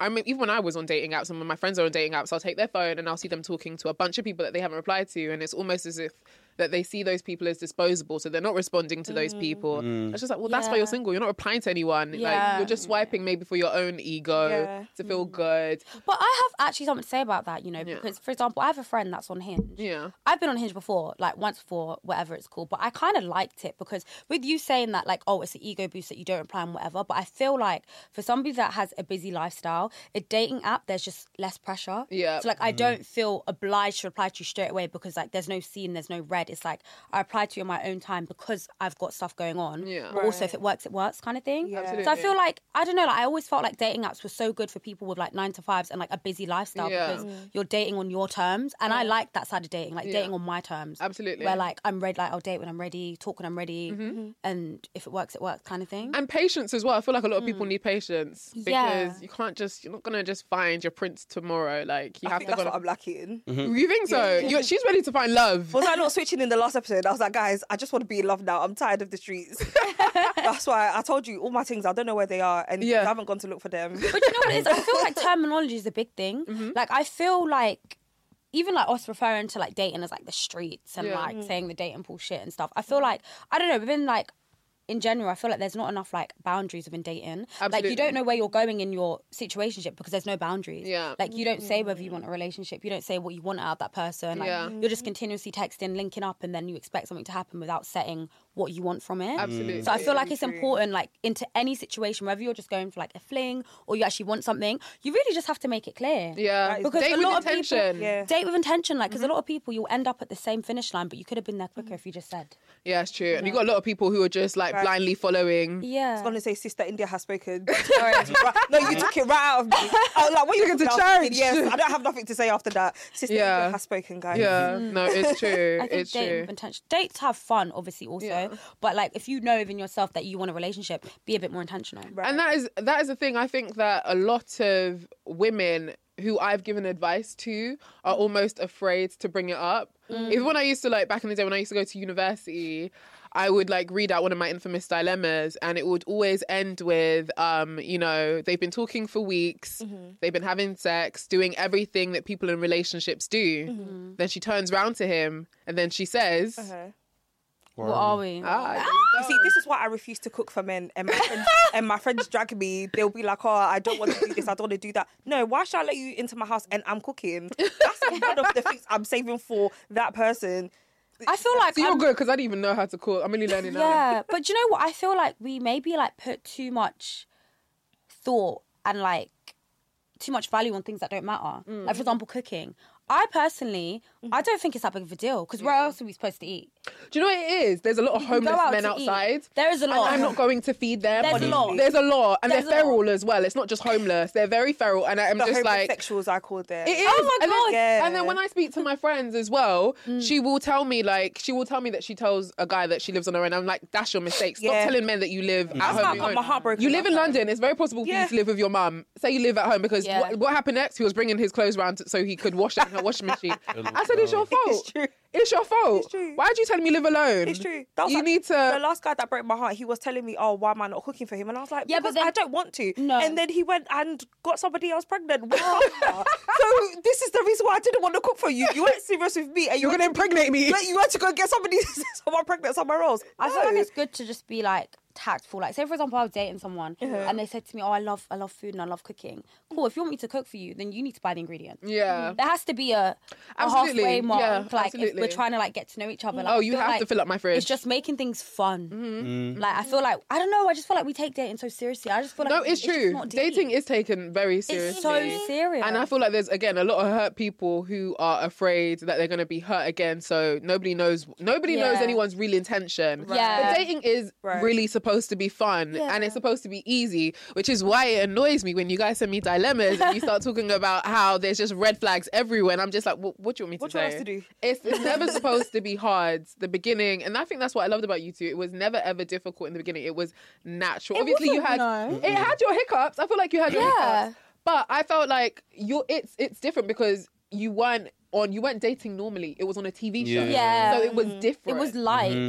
I mean, even when I was on dating apps and when my friends are on dating apps, I'll take their phone and I'll see them talking to a bunch of people that they haven't replied to, and it's almost as if that they see those people as disposable, so they're not responding to those people. Mm. It's just like, well, that's why Yeah. you're single. You're not replying to anyone. Like Yeah. you're just swiping maybe for your own ego Yeah. Mm. to feel good. But I have actually something to say about that, you know, because for example, I have a friend that's on Hinge. Yeah. I've been on Hinge before, like once before, whatever it's called, but I kind of liked it because with you saying that, like, oh, it's an ego boost that you don't reply and whatever, but I feel like for somebody that has a busy lifestyle, a dating app, there's just less pressure. Yeah. So, like, I Mhm. don't feel obliged to reply to you straight away because, like, there's no scene, there's no red. It's like I reply to you in my own time because I've got stuff going on. Yeah. But also, if Right. it works, it works kind of thing. So I Absolutely. feel like, I don't know, like, I always felt like dating apps were so good for people with like nine to fives and like a busy lifestyle Yeah. because Mm. you're dating on your terms. And I like that side of dating, like Yeah. dating on my terms. Absolutely. Where like I'm ready, like I'll date when I'm ready, talk when I'm ready, Mhm. and if it works, it works kind of thing. And patience as well. I feel like a lot of people need patience because Hmm. Yeah. you can't just you're not gonna just find your prince tomorrow. Like you I have think to that's go. what I'm lacking. You think so? You're- she's ready to find love. Was I not switching in the last episode? I was like, guys, I just want to be in love now. I'm tired of the streets. that's why I told you all my things. I don't know where they are, and I haven't gone to look for them. But you know what it is? I feel like terminology is a big thing. Mm-hmm. Like I feel like even like us referring to like dating as like the streets and Yeah. Mm-hmm. like Mm. saying the dating pool shit and stuff. I feel like I don't know within like in general, I feel like there's not enough like boundaries within dating. Like Absolutely. you don't know where you're going in your situationship because there's no boundaries. Yeah. Mm-hmm. Like you don't say whether you want a relationship. You don't say what you want out of that person. Like Yeah. Mm-hmm. you're just continuously texting, linking up, and then you expect something to happen without setting what you want from it. Absolutely. So I feel like Very it's true. important important, like into any situation, whether you're just going for like a fling or you actually want something, you really just have to make it clear. Yeah. because Date a with lot of intention. Mm-hmm. people Yeah. date with intention, like because a lot of people you'll end up at the same finish line, but you could have been there quicker if you just said. Yeah, it's true. And you got a lot of people who are just like Right. blindly following. Yeah. I was gonna say, Sister India has spoken. no, you took it right out of me. I was like, what are you Took going it to church. Yes, I don't have nothing to say after that. Sister India has spoken, guys. Yeah. No, it's true. Mm. I think it's dating true. with intention. Dates have fun, obviously, also, but like if you know within yourself that you want a relationship, be a bit more intentional. And that is that is the thing. I think that a lot of women who I've given advice to are almost afraid to bring it up. Mm. Even when I used to like back in the day when I used to go to university, I would like read out one of my infamous dilemmas, and it would always end with, um, you know, they've been talking for weeks, Mm-hmm. Mhm. they've been having sex, doing everything that people in relationships do. Mm-hmm. Mhm. Then she turns round to him, and then she says, Uh-huh. What are we? You see, this is why I refuse to cook for men. And my friends, and my friends drag me. They'll be like, "Oh, I don't want to do this. I don't want to do that." No, why should I let you into my house and I'm cooking? That's one of the things I'm saving for that person. I feel like so you're good because I didn't even know how to call. I'm really learning now. yeah, but do you know what? I feel like we maybe like put too much thought and like too much value on things that don't matter. Mm. Like for example, cooking. I personally, Mm. I don't think it's that big of a deal because where else are we supposed to eat? Do you know what it is? There's a lot of You can go homeless out men to eat. outside. There is a lot. And I'm not going to feed them. There's a lot. There's a lot, and There's they're feral as well. It's not just homeless. They're very feral, and I'm the just like. homosexuals, I call them. Oh It is. Oh and Then, And then when I speak to my friends as well, Mm. she will tell me like she will tell me that she tells a guy that she lives on her own. I'm like, that's your mistake. Stop Yeah. Mm. telling men that you live at That's home. how I on your got own. my heart broken You live in last London. It's very possible for you to live with your mum. Say you live at home because Yeah. what, what happened next? He was bringing his clothes round so he could wash it in her washing machine. I said, it's your fault. It's, your fault. Why do you tell me live alone? It's true. That was you like- need to. The last guy that broke my heart, he was telling me, "Oh, why am I not cooking for him?" And I was like, "Yeah, but I don't want to." No. And then he went and got somebody else pregnant. with Barbara. so this is the reason why I didn't want to cook for you. You weren't serious with me, and you You're gonna had to- impregnate me. Yeah, you had to go get somebody, someone pregnant somewhere else. I feel like No. it's good to just be like tactful. Like, say for example, I was dating someone Uh-huh. Yeah. and they said to me, "Oh, I love, I love food and I love cooking. Cool. If you want me to cook for you, then you need to buy the ingredients. Yeah. Mhm. there has to be a, a Absolutely. halfway mark. Yeah, like, if absolutely. we're trying to like get to know each other. Like, Oh, I you feel have to like fill up my fridge. It's just making things fun. Mhm. Mm. Like, I feel like I don't know. I just feel like we take dating so seriously. I just feel like no, it's just true. not deep. Dating is taken very so seriously. serious. And I feel like there's again a lot of hurt people who are afraid that they're going to be hurt again. So nobody knows. Nobody knows Yeah. anyone's real intention. Right. Yeah. But dating is Right. really supposed to be fun and it's supposed to be easy, which is why it annoys me when you guys send me dilemmas and you start talking about how there's just red flags everywhere. And I'm just like, what, what do you want me What to do you do? want us It's, to do? it's never supposed to be hard. The beginning, and I think that's what I loved about you two. It was never ever difficult in the beginning. It was natural. It Obviously, you had wasn't, no. it had your hiccups. I feel like you had your Yeah. hiccups, but I felt like you it's it's different because you weren't on you weren't dating normally. It was on a TV show, Yeah. Yeah. So it was different. It was live.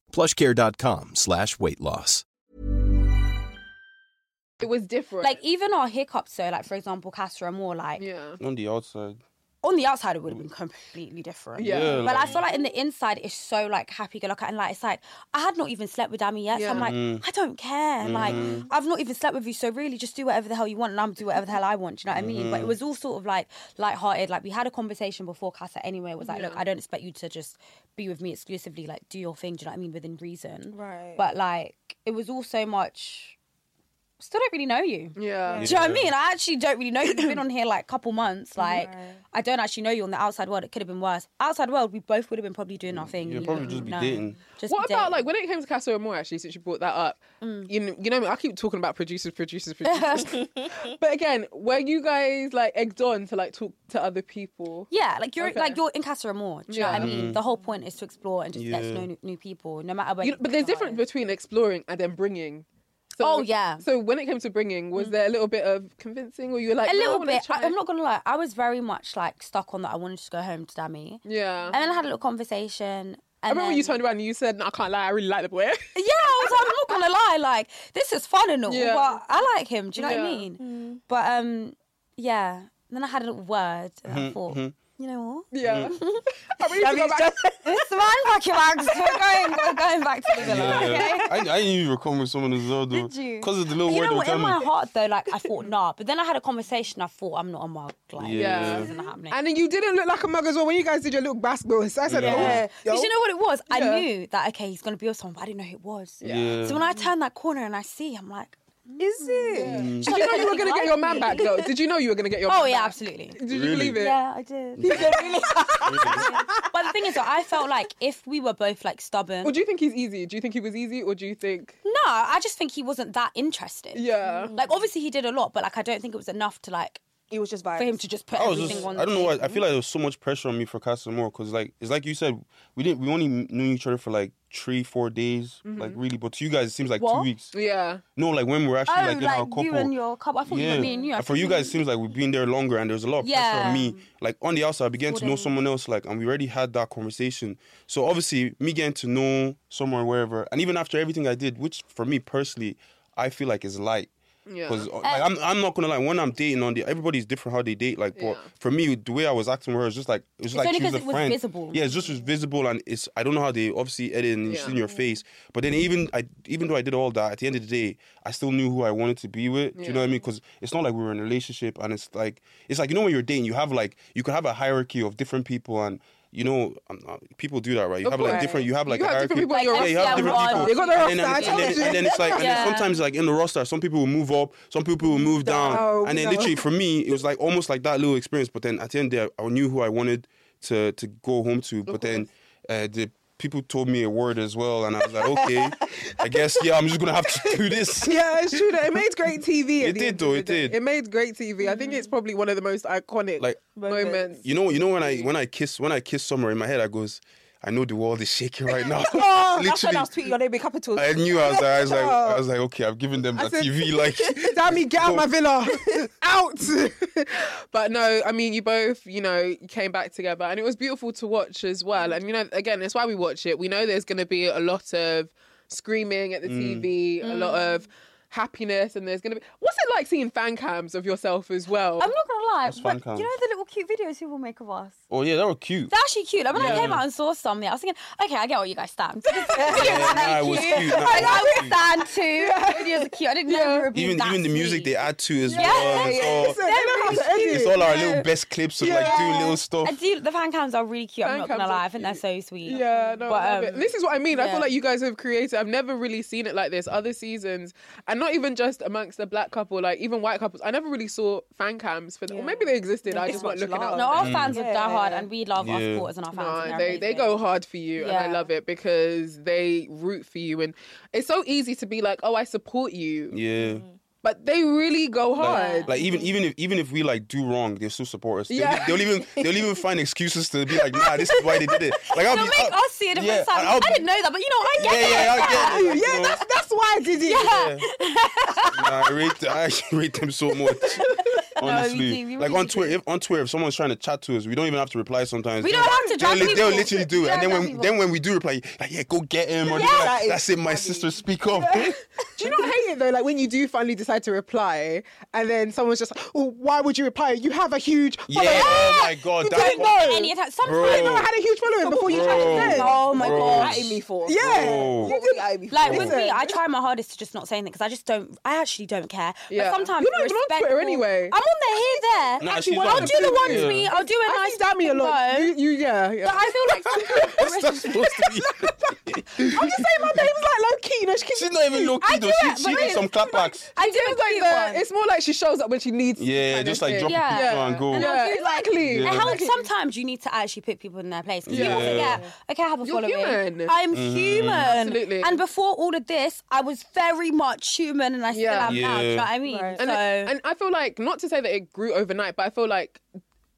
Plushcare.com slash weight loss. It was different. Like even our hiccups, so like for example, Castor and Moore, like On the outside. on the outside it would have been completely different. Yeah. Yeah, But I like- feel like in the inside it's so like happy go lucky and like it's like I had not even slept with Dami yet. So I'm like, Mhm. Mm. I don't care. Mm-hmm. Like Mhm. I've not even slept with you, so really just do whatever the hell you want and I'm do whatever the hell I want. Do you know what I mean? But Mhm. Mm-hmm. it was all sort of like lighthearted. Like we had a conversation before Casa anyway. It was like, Yeah. look, I don't expect you to just be with me exclusively, like do your thing, do you know what I mean, within reason. Right. But like it was all so much still don't really know you. Do Yeah. you know what I Yeah. mean? I actually don't really know you. We've been on here like a couple months. Like, I don't actually know you on the outside world. It could have been worse. Outside world, we both would have been probably doing our thing. Mm. You'd You probably wouldn't just be know. dating. Just what be about dating. like when it came to Castle and Moore actually since you brought that up you, know, you know me I keep talking about producers producers producers but again were you guys like egged on to like talk to other people Yeah, like you're Okay. like you're in Casa Amor. Do you know what I Yeah. mean? Mm. The whole point is to explore and just get to Yeah. know new, new people, no matter where. You know, but there's difference between exploring and then bringing Oh, yeah. Mm. so when it came to bringing was there a little bit of convincing or you were like a "No, I little wanna bit. try I, am not gonna lie. I was very much like stuck on that. I wanted to go home to Dami. Yeah. And then I had a little conversation. I And remember then, you turned around and you said no, I can't lie I really like the boy Yeah, I was. like, I'm not gonna lie. Like this is fun and all, Yeah. but I like him. Do you know what I Yeah. mean? But um, yeah. And then I had a little word. And I Mhm, thought, mhm. you know what? Yeah. Mm. I really yeah, It's man, fuck your bags. We're going. We're going back to the villa. Okay. I, I knew you were coming with someone as well, though. Did you? Because of the But little you word know they were what? In telling my me. heart, though, like I thought, nah. But then I had a conversation. I thought, I'm not a mug. Like, Yeah. this isn't happening. And then you didn't look like a mug as well when you guys did your little basketball. So I said, Yeah. oh, Because you know what it was? Yeah. I knew that, okay, he's going to be with someone, but I didn't know who it was. Yeah. So when I turned that corner and I see, I'm like, is it? did you know you were going to get your man back though did you know you were going to get your Mm. Oh, man yeah, back? absolutely. did you believe it Yeah, I did. but the thing is, though, I felt like if we were both like stubborn. Well, do you think he's easy? Do you think he was easy, or do you think? No, I just think he wasn't that interested. Yeah. Mm. Like obviously he did a lot, but like I don't think it was enough to like. It was just for him to just put I was everything just, on. I don't know why. I feel like there was so much pressure on me for Casamore because, like, it's like you said, we didn't, we only knew each other for like three, four days, Mm-hmm. like really. But to you guys, it seems like two weeks. Yeah. No, like when we're actually oh, like in our couple. you and your couple. I thought you were me and you. I And for thought you guys, it seems like we've been there longer, and there's a lot of pressure Yeah. on me. Like on the outside, I began to know Wouldn't. someone else, like, and we already had that conversation. So obviously, me getting to know someone wherever, and even after everything I did, which for me personally, I feel like is light. Yeah. Because uh, like, I'm, I'm not gonna lie. When I'm dating on the, everybody's different how they date. Like, but for me, the way I was acting with her is just like it was It's like only she was 'cause a it was friend. visible. Yeah, it's just was visible, and it's I don't know how they obviously edit and it's Yeah. in your face. But then even I, even though I did all that, at the end of the day, I still knew who I wanted to be with. Do you know what I mean? Because it's not like we were in a relationship, and it's like it's like you know when you're dating, you have like you can have a hierarchy of different people and. You know, um, uh, people do that, right? You Of have like course. different. You have like You a have different hierarchy. people in your yeah, you roster. have different people. They got their and, roster, I then, and, then, told and then it's like, and you. then sometimes like in the roster, some people will move up, some people will move down, Oh, Down, and then no. literally for me, it was like almost like that little experience. But then at the end, there, I knew who I wanted to to go home to. But then uh, the people told me a word as well, and I was like, okay, I guess yeah, I'm just gonna have to do this. yeah, it's true. that It made great TV. at It the did, end of though, the it day. did. It made great TV. I Mm-hmm. think it's probably one of the most iconic Like- moments. You know, you know when I when I kiss when I kiss somewhere in my head, I goes, I know the world is shaking right now. Oh, that's when literally, I was tweeting your name in capitals. I knew I was like, I was like, I was like, okay, I've given them that said- TV like. Dammy, get out my villa. out. but no, I mean, you both, you know, came back together and it was beautiful to watch as well. And, you know, again, that's why we watch it. We know there's going to be a lot of screaming at the Mm. TV, a lot of happiness, and there's going to be. What's it like seeing fan cams of yourself as well? I'm not gonna lie. That's fun but you know cams. the little cute videos people make of us. Oh yeah, they were cute. They're actually cute. Like when I Yeah. came out and saw some, yeah, I was thinking, okay, I get what you guys stand. Yeah, nah, it was cute. Like, Nah, it was I would stand too. Videos are cute. I didn't know we were being even that even the music they add to as well. It's all- They're really cute. It's all our little best clips of like doing little stuff. I do, uh, the fan cams are really cute. Fan I'm not gonna cams are lie. I think they're so sweet. Yeah, no, I love um, it. this is what I mean. I yeah. feel like you guys have created. I've never really seen it like this. Other seasons, and not even just amongst the black couple, like even white couples. I never really saw fan cams for them. Or maybe they existed. I It's just much wasn't looking at love. them. No, our fans are diehard, and we love our Yeah. supporters and our fans. and No, they're Uh, they, they amazing. go hard for you, and I Yeah. love it because they root for you, and it's so easy to be like, "Oh, I support you," Yeah. Mm. but they really go hard. Like, like even even if even if we like do wrong, they still support us. They'll, Yeah. they'll even they'll even find excuses to be like, nah, this is why they did it. Like They'll make us see it if yeah, it's like, I'll be- I didn't know that, but you know, I get Yeah, yeah, I it. get it. Yeah, You know? that's- why I did it. Yeah. Nah, I rate I actually rate them so much. Honestly, do, we like really on Twitter, if, on Twitter, if someone's trying to chat to us, we don't even have to reply. Sometimes We don't have to drag They'll, li- they'll people. literally do it, Yeah, and then drag when people. then when we do reply, like yeah, go get him, or Yeah. they're That like, is that's it, my sister, speak up. Do you not hate it though? Like when you do finally decide to reply, and then someone's just like, "Oh, why would you reply? You have a huge Yeah, following." oh my God, You that's didn't what- know. Any attack- You didn't know I Bro. had a huge following before you Bro. tried to say. Oh my Bro. god. Hating me for? Yeah. Bro. You did- Like with me, I try my hardest to just not say anything because I just don't. I actually don't care. Yeah. But sometimes You're not even on Twitter respectful- anyway. I'm on there here there. Nah, Actually, she's well, on I'll the do the thing, one yeah. tweet. I'll do a nice. Damn me a lot. You, you yeah. yeah. But I feel like sometimes What's that supposed to be? I'm just saying my name's like low key. You know, she keeps She's not even low key I though. do She, it, she but give you some clap backs. I do like the, It's more like she shows up when she needs. to Yeah, kind just of like thing. drop a Yeah. pizza and go. And Yeah, I'll do, like, exactly. Yeah. And how sometimes you need to actually put people in their place. 'Cause Yeah. People forget, okay, I have a You're following. human. I'm Mhm. human. Absolutely. And before all of this, I was very much human and I still am now. Do you know what I mean? And, So- it- and I feel like not to say that it grew overnight, but I feel like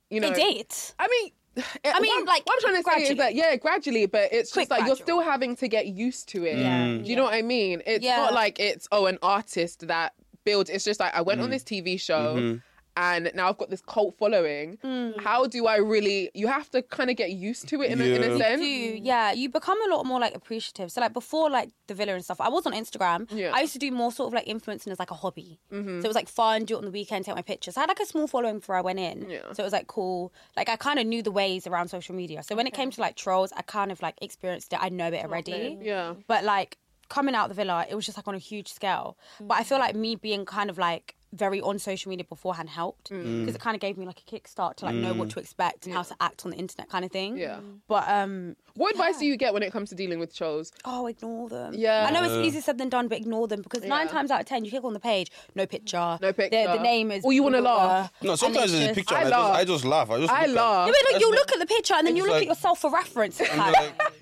you know It did. I mean. I mean, what I'm- like, what I'm trying to say gradually. is that yeah, gradually, but it's Quick just like gradual. you're still having to get used to it. Yeah. Do you know what I mean? It's Yeah. not like it's oh an artist that builds. It's just like I went on this TV show. Mhm. And now I've got this cult following. Mm. How do I really? You have to kind of get used to it in, a, in a Yeah. sense. You do, yeah. You become a lot more like appreciative. So like before like the villa and stuff, I was on Instagram. Yeah. I used to do more sort of like influencing as like a hobby. Mhm. So it was like fun, do it on the weekend, take my pictures. I had like a small following before I went in. Yeah. So it was like cool. Like I kind of knew the ways around social media. So when it came to like trolls, I kind of like experienced it. I know it already. Yeah. But like coming out the villa, it was just like on a huge scale. But I feel Mm-hmm. like me being kind of like very on social media beforehand helped because Mm. it kind of gave me like a kickstart to like know what Mm. to expect and how to act on the internet kind of thing. Yeah. But um, What advice do you get when it comes to dealing with trolls? Oh, ignore them. Yeah. I know it's Yeah. easier said than done, but ignore them because nine Yeah. times out of ten, you click on the page, no picture, no picture. The, name is. Or you wanna blah, blah, blah. No, And sometimes it's there's a just- picture. and I just, I just laugh. I just. I look at- Yeah, laugh. but look, That's you the- look at the picture and then you It's look at like- yourself for reference. Come on,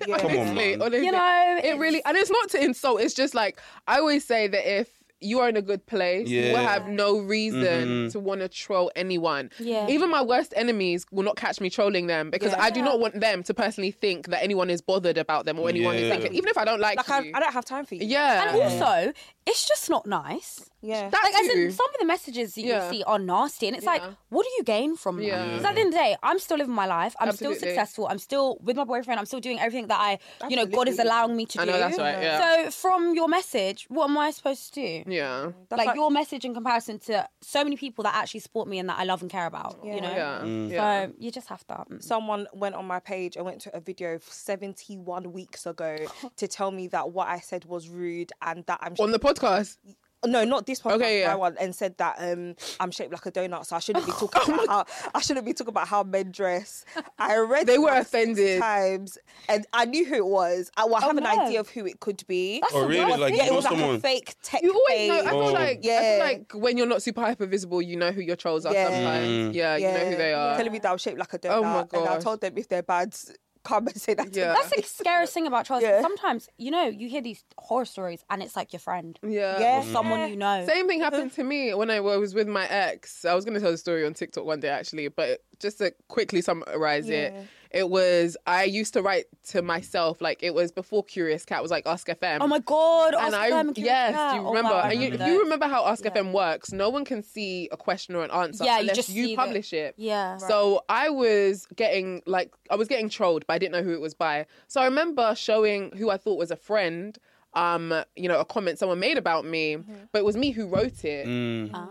honestly, man. honestly. You know, it really, and it's not to insult. It's just like I always say that if you are in a good place, you will Yeah. have no reason Mhm. to want to troll anyone. Yeah. Even my worst enemies will not catch me trolling them because Yeah. I do not want them to personally think that anyone is bothered about them or anyone is Yeah. thinking, even if I don't like, Like, you. I, I don't have time for you. Yeah. And also, it's just not nice. Yeah. That like, as in, too. some of the messages that Yeah. you see are nasty, and it's like, Yeah. what do you gain from that? Yeah. 'Cause at the end of the day, I'm still living my life. I'm still Absolutely. successful. I'm still with my boyfriend. I'm still doing everything that I, you know, God is Absolutely. allowing me to I do. know, that's right, yeah. So from your message, what am I supposed to do? Yeah. That's like, like- your message in comparison to so many people that actually support me and that I love and care about. You know. Yeah. Mm. So Yeah. you just have to. Someone went on my page and went to a video 71 weeks ago to tell me that what I said was rude and that I'm on the podcast. No, not this one. Okay, Okay, yeah. Oh one, and said that um, I'm shaped like a donut, so I shouldn't be talking about how I shouldn't be talking about how men dress. I read They were it like six offended. times, and I knew who it was. I, well, I Oh, have an no. idea of who it could be. That's Oh, the really? worst Like, you yeah, it know was like someone? a fake tech. You always know. I page. feel Oh. like I Yeah. feel like when you're not super hyper visible, you know who your trolls are. Yeah. Sometimes, Mm. yeah, Uh, you know who they are. Telling me that I'm shaped like a donut, Oh my and I gosh. told them if they're bad, come and say that. Yeah. To That's the scariest thing about trolls. Sometimes, you know, you hear these horror stories and it's like your friend. Yeah. Or someone you know. Same thing happened to me when I was with my ex. I was going to tell the story on TikTok one day, actually, but just to quickly summarize it, it was I used to write to myself like it was before Curious Cat was like Ask FM. Oh my god! and Oscar I Fleming, can yes, that? do you Oh, remember? wow, I and you, remember you those. remember how Ask FM works. No one can see a question or an answer Yeah, you unless just you, see the- publish it. Yeah. So I was getting like I was getting trolled, but I didn't know who it was by. So I remember showing who I thought was a friend. Um, you know, a comment someone made about me, but it was me who wrote it.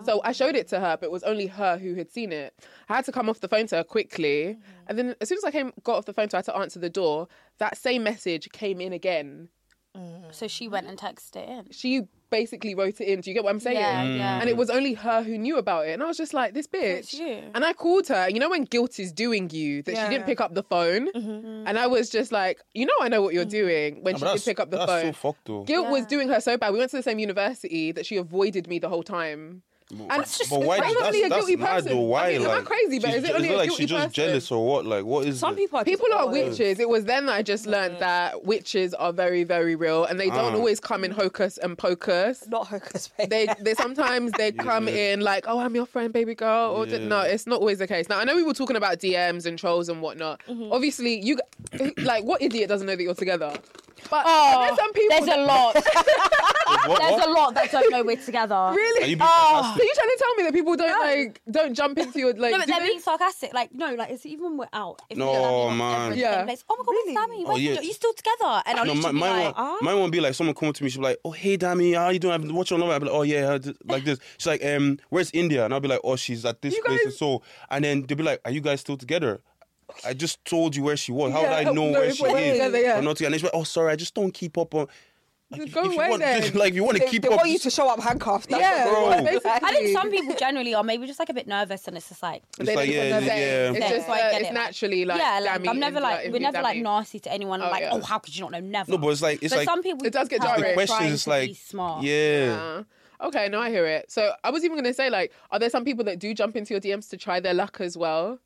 So I showed it to her, but it was only her who had seen it. I had to come off the phone to her quickly, and then as soon as I came, got off the phone to her, I had to answer the door. That same message came in again So she went and texted it in. she basically wrote it in. Do you get what I'm saying? Yeah, yeah. Mm. And it was only her who knew about it. And I was just like, this bitch. it's you. And I called her. You know when guilt is doing you that Yeah. she didn't pick up the phone? Mm-hmm. And I was just like, you know I know what you're doing when she Nah, Mm-hmm. but that's- did pick up the that's phone. so fucked though. Guilt was doing her so bad. We went to the same university that she avoided me the whole time. And That's just- But why- I'm not that's- really a that's guilty mad person. though. Why, I mean, am I like, crazy? But she's is it ju- only a like guilty she's just person? jealous or what? Like, what is Some it? people are People are witches. witches. It was then that I just learned that witches are very, very real, and they don't Ah. always come in hocus and pocus. Not hocus pocus. They, they sometimes they come in like, oh, I'm your friend, baby girl. Or d- Yeah. no, it's not always the case. Now I know we were talking about DMs and trolls and whatnot. Mm-hmm. Obviously, you g- like what idiot doesn't know that you're together? But there's some people. Oh, There's a that- lot. What- what? There's a lot that don't know we're together. Really? Are you being oh. So sarcastic? you trying to tell me that people don't like don't jump into your like? No, but do they're they? being sarcastic. Like, no, like it's even when we're out. If No, we don't have anyone man. together in the Yeah. same place, oh my god, where's Sammy? Where's Oh, yeah. Are you still together? And I'll No, my, literally be mine, like, "Ah." won't, mine won't be like someone coming to me. She'll be like, "Oh, hey, Dammy, how you doing? I've been watching online." I'll be like, "Oh yeah, I did- like this." She's like, "Um, where's India?" And I'll be like, "Oh, she's at this You place." And guys- so, and then they'll be like, "Are you guys still together?" I just told you where she was. How would Yeah, I know no, where if she we're is? together, yeah. Or not together. And she's like, "Oh, sorry, I just don't keep up on." Like, go you away want, then. like, if you want to They, keep they up, want you to show up handcuffed. That's Yeah, what they Bro. want. basically. I think some people generally are maybe just like a bit nervous, and it's just like. it's like, don't yeah, even know. yeah. It's Yeah. just So I uh, get it's it, like- naturally like yeah, like dammy I'm never and, like if we're you never like dammy. nasty to anyone. Oh, like yeah. oh, how could you not know? Never. No, but it's like- it's But like- some people It does get tell jarring. The they're questions, trying it's to be like, smart. yeah. Yeah. Okay, now I hear it. So I was even going to say, like, are there some people that do jump into your DMs to try their luck as well?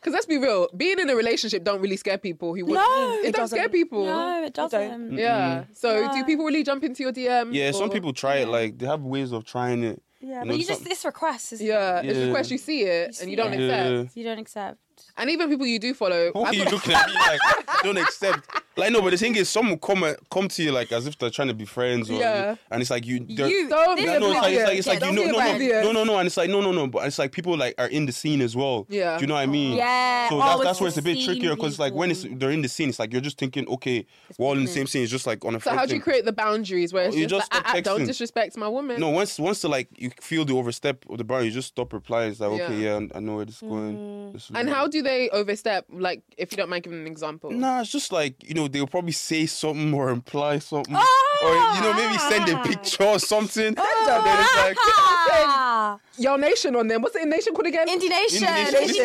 Because let's be real, being in a relationship don't really scare people. Who would- No, it, it don't scare doesn't. people. No, it It don't. doesn't. Yeah. So do No. people really jump into your DMs? Yeah, some or- people try it. Like they have ways of trying it. Yeah, know, but you just some- it's requests. Isn't Yeah, it? it's Yeah. requests you see it and see you don't it. accept. You don't accept. And even people you do follow. Why are you looking at me like don't accept? Like no, but the thing is, some will come at- come to you like as if they're trying to be friends, or Yeah. and it's like you. they're- You- don't no, be no, it's like, it's like, it's oblivious. Yeah, like you don't know, be no, no, oblivious. no, no, no, and it's like no, no, no, but it's like people like are in the scene as well. Yeah. do you know what I mean? Yeah. So Oh, that's, it's that's where it's a the bit trickier because like when it's they're in the scene, it's like you're just thinking, okay, we're all in the same scene. It's just like on a. So how do you friction. create the boundaries where it's Oh, You just, just like, stop "Ah, ah, don't texting. disrespect my woman? No, once once the like you feel the overstep of the bar, you just stop replying. It's like okay, Yeah. yeah, I I know where this is going. Mm. This is And how do they overstep? Like, if you don't mind giving an example. Nah, it's just like you know they'll probably say something or imply something, or you know maybe send a picture or something. Ah. And then it's like, Your nation on them. What's the nation called again? Indie Nation. Indonesian-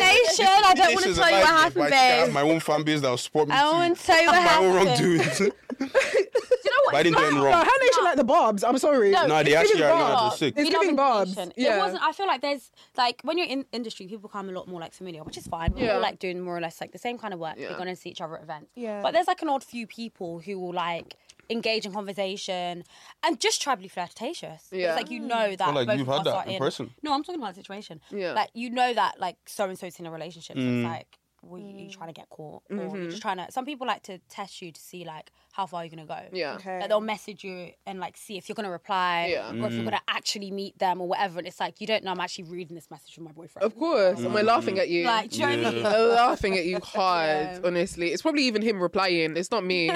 Indie Nation. I don't want to Indonesian's tell you what alive, happened, but I think I have babe. my own fan base that will support me. I don't too. wanna tell you what my happened. own wrongdoings. Do you know what? But I didn't do anything No, wrong. her nation like the Bobs. I'm sorry. No, Nah, they It's actually giving are not. Barbs. They're sick. It's giving Bobs. It Yeah. wasn't. I feel like there's like when you're in industry, people become a lot more like familiar, which is fine. We're Yeah. all like doing more or less like the same kind of work. Yeah. We're gonna see each other at events. Yeah. But there's like an odd few people who will like engage in conversation and just tribally flirtatious. Yeah. It's like you know that. Well, like, both you've of had us that are in person. No, I'm talking about a situation. Yeah. Like you know that like so and so's in a relationship. So Mm. it's like. Were you, you trying to get caught, or Mhm. you're just trying to? Some people like to test you to see like how far you're gonna go. Yeah. Like, they'll message you and like see if you're gonna reply, Yeah. or if you're Mm. gonna actually meet them or whatever. And it's like you don't know. I'm actually reading this message from my boyfriend. Of course. Am Mm. I laughing at you? Like, do you know what I mean? laughing at you hard, honestly. It's probably even him replying. It's not me.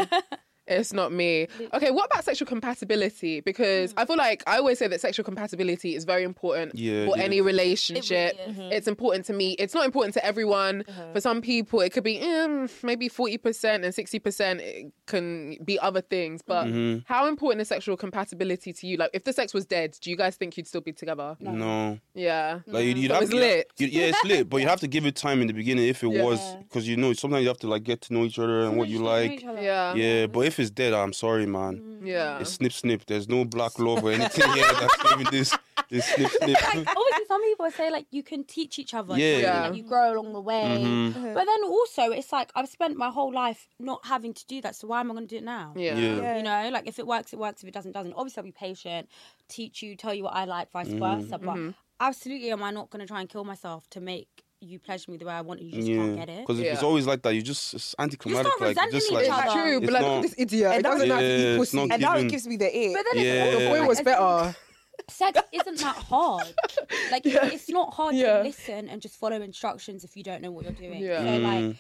It's not me. Okay, what about sexual compatibility? Because I feel like I always say that sexual compatibility is very important Yeah, for it any is. relationship. It's important to me. It's not important to everyone. For some people, it could be mm, maybe 40% and 60% it can be other things. But Mhm. how important is sexual compatibility to you? Like, if the sex was dead, do you guys think you'd still be together? No. Yeah. Like you'd, you'd So have it's to, lit. you- yeah, it's lit, but you have to give it time in the beginning if it Yeah. was because you know sometimes you have to like get to know each other and what you like. Yeah. Yeah, but if it's dead, I'm sorry, man. Yeah. It's snip snip. There's no black love or anything here that's giving this this snip snip. Obviously, some people say like you can teach each other. Yeah. Yeah. Yeah. you grow along the way. Mhm. Uh-huh. Mhm. But then also, it's like I've spent my whole life not having to do that. So why am I going to do it now? Yeah. Yeah. Yeah. You know, like if it works, it works. If it doesn't, it doesn't. Obviously, I'll be patient, teach you, tell you what I like, vice Mhm. versa. But Mm-hmm. Mhm. absolutely, am I not going to try and kill myself to make you pleasure me the way I want? You just yeah, can't get it. because if it's always like that, you just it's anticlimactic. start like, you just like resenting each It's other. true, it's but like, not- this idiot, Yeah, it doesn't matter if he's it's pussy. not And now it giving- gives me the ick. But then it's Yeah. also The boy was as better. sex isn't that hard. Like it's not hard Yeah. to listen and just follow instructions if you don't know what you're doing. Yeah. So like Mm.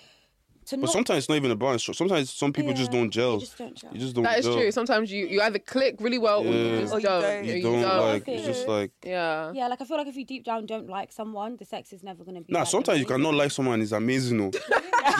to But not sometimes it's not even about instruction. Sometimes some people just don't gel. You just don't gel. That is gel. true. Sometimes you, you either click really well or you Yeah. just Or Oh, you don't. don't. You don't, like, it's just like- yeah. Yeah, like I feel like if you deep down don't like someone, the sex is never gonna be. Nah, like, sometimes you cannot like someone. It's amazing, though.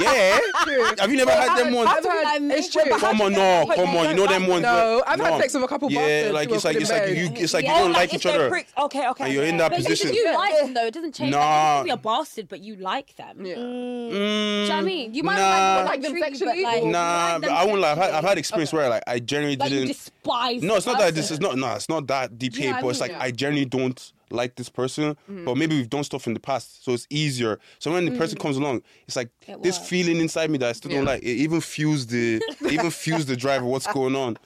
Yeah. Have you never had them ones? It's true. Come on, no, come on. You know them ones. No, where- I've had no. sex with a couple Yeah, bastards like who it's are like it's put in like you, bed. it's like Yeah. you don't Like, like if each they're other. pricks- Okay, okay. And you're in okay. that but position. You, you like them though. It doesn't change. Nah. Nah. Like, you can be a bastard, but you like them. Yeah. Do you know what I mean? You might Mm. nah. not like them sexually, but like, you Nah, like but them I won't lie. I've had, sexually. I've had experience where like I generally Like, you didn't despise No, the it's not that. This person. is not. No, it's not that deep Do you know hate, what but I it's mean? like I generally don't like this person. Mm. But maybe we've done stuff in the past, so it's easier. So when the person Mm. comes along, it's like It this works. feeling inside me that I still don't Yeah. like. It even fuels the, it even fuels the drive of what's going on.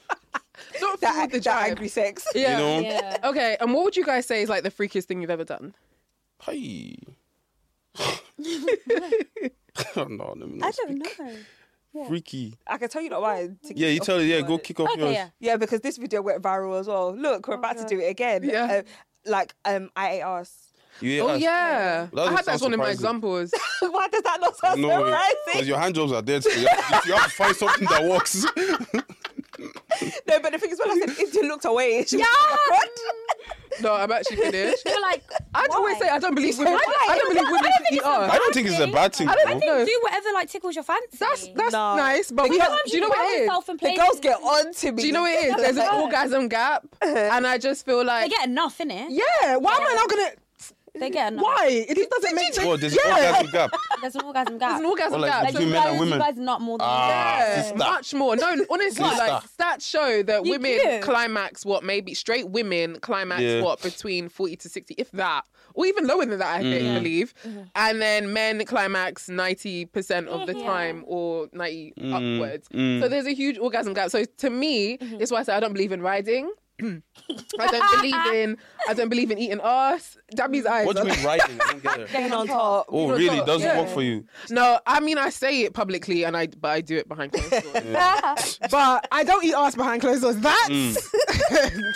Not that, the that angry sex. Yeah. You know? yeah. Okay, and what would you guys say is like the freakiest thing you've ever done? Hey. no, no, no. I don't know. Yeah. Freaky. I can tell you not why. to Yeah, kick you off tell her, the yeah, go word. kick off Okay, yours. yeah. because this video went viral as well. Look, we're about to do it again. Yeah. Uh, like um, I ate ass. You ate oh ass. yeah, That doesn't I had that sound as one of my surprising. examples. why does that not sound No, because your hand jobs are dead. So you, have, you have to find something that works. No, but the thing is, when I said India looked away, she was Yeah. like, no, I'm actually finished. You're like, I'd always say I don't believe women. Why? I don't believe women can eat ass. I don't think it's a bad thing. I though. don't know. Do whatever like tickles your fancy. That's That's nice, but we have, Sometimes do you know throw what it is? yourself in places get on to Do you know what it is? There's an Yeah. orgasm gap, and I just feel like They get enough in it. Yeah, why am I not gonna? They get enough. Why? It just doesn't make sense. What, there's Yeah. an orgasm gap? There's an orgasm gap. There's an orgasm Or, like, gap. between you men and guys- women. You guys not more than Um, Ah, men. sister. Much more. No, honestly, Sister. like stats show that You women do. climax what maybe straight women climax Yeah. what between forty to sixty, if that, or even lower than that. I think, Mhm. believe, and then men climax ninety percent of the time or ninety Mm. upwards. Mm. So there's a huge orgasm gap. So to me, it's why I say I don't believe in riding. I don't believe in. I don't believe in eating ass. Dabby's eyes. What do are- you mean riding? I don't get it. on top. Oh, You know, really? so- Doesn't yeah. work for you. No, I mean I say it publicly, and I but I do it behind closed doors. but I don't eat ass behind closed doors. That's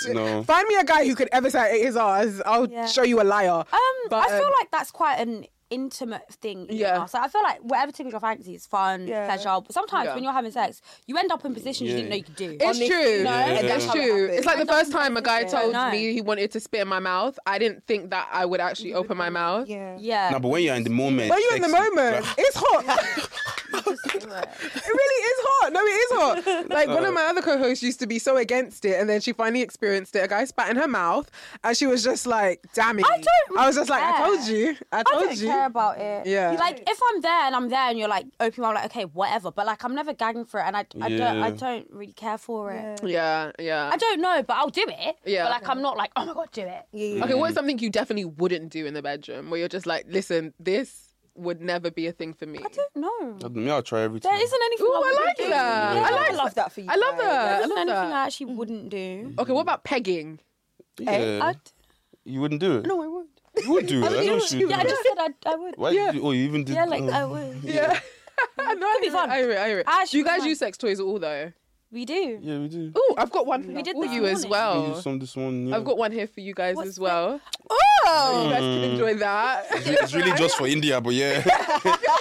No. find me a guy who could ever say I ate his ass. I'll Mm. Yeah. show you a liar. Um, But, I feel um, like that's quite an intimate thing. Yeah. Yeah. So I feel like whatever tickles your fancy is fun, pleasure. But sometimes Yeah. when you're having sex, you end up in positions you Yeah. didn't know you could do. It's true. You know? And that's It's how it true. happens. It's like the End up first in time a guy places you don't told know. me he wanted to spit in my mouth. I didn't think that I would actually open my mouth. Yeah. Yeah. Nah, but when you're in the moment. But you're in the sexy, moment. like- It's hot. it really is hot. No, it is hot. Like Uh. one of my other co-hosts used to be so against it, and then she finally experienced it. A guy spat in her mouth, and she was just like, "Damn it!" I, don't was just like, "I care. told you. I Oh, I told don't you." care about it. Yeah. You, Like if I'm there and I'm there and you're like open, mouth, I'm like okay, whatever. But like I'm never gagging for it, and I, I don't Yeah. I don't really care for it. Yeah, yeah. I don't know, but I'll do it. Yeah. But like I'm not like oh my god, do it. Okay, what's something you definitely wouldn't do in the bedroom where you're just like, listen, this would never be a thing for me. I don't know. Me, I'll try everything. There isn't anything. Ooh, I, I wouldn't like do. that. I like- love that for you. I love guys. that. There I isn't love anything that. I actually wouldn't do. Okay, what about pegging? Yeah. I, You wouldn't do it. no, I would. You would do it. I know she would. Yeah, I just said I, I would. Why? Yeah. Did you, oh, you even did. Yeah, like I oh. would. Yeah. no, I be hear it, I hear it, I hear it. Ash, Do you come guys on. use sex toys at all though? We do. Yeah, we do. Oh, I've got one for did for this you as morning. I used well. some this morning. Yeah. I've got one here for you guys as well. Oh, You guys can Mm. enjoy that. It's really just for India, but yeah,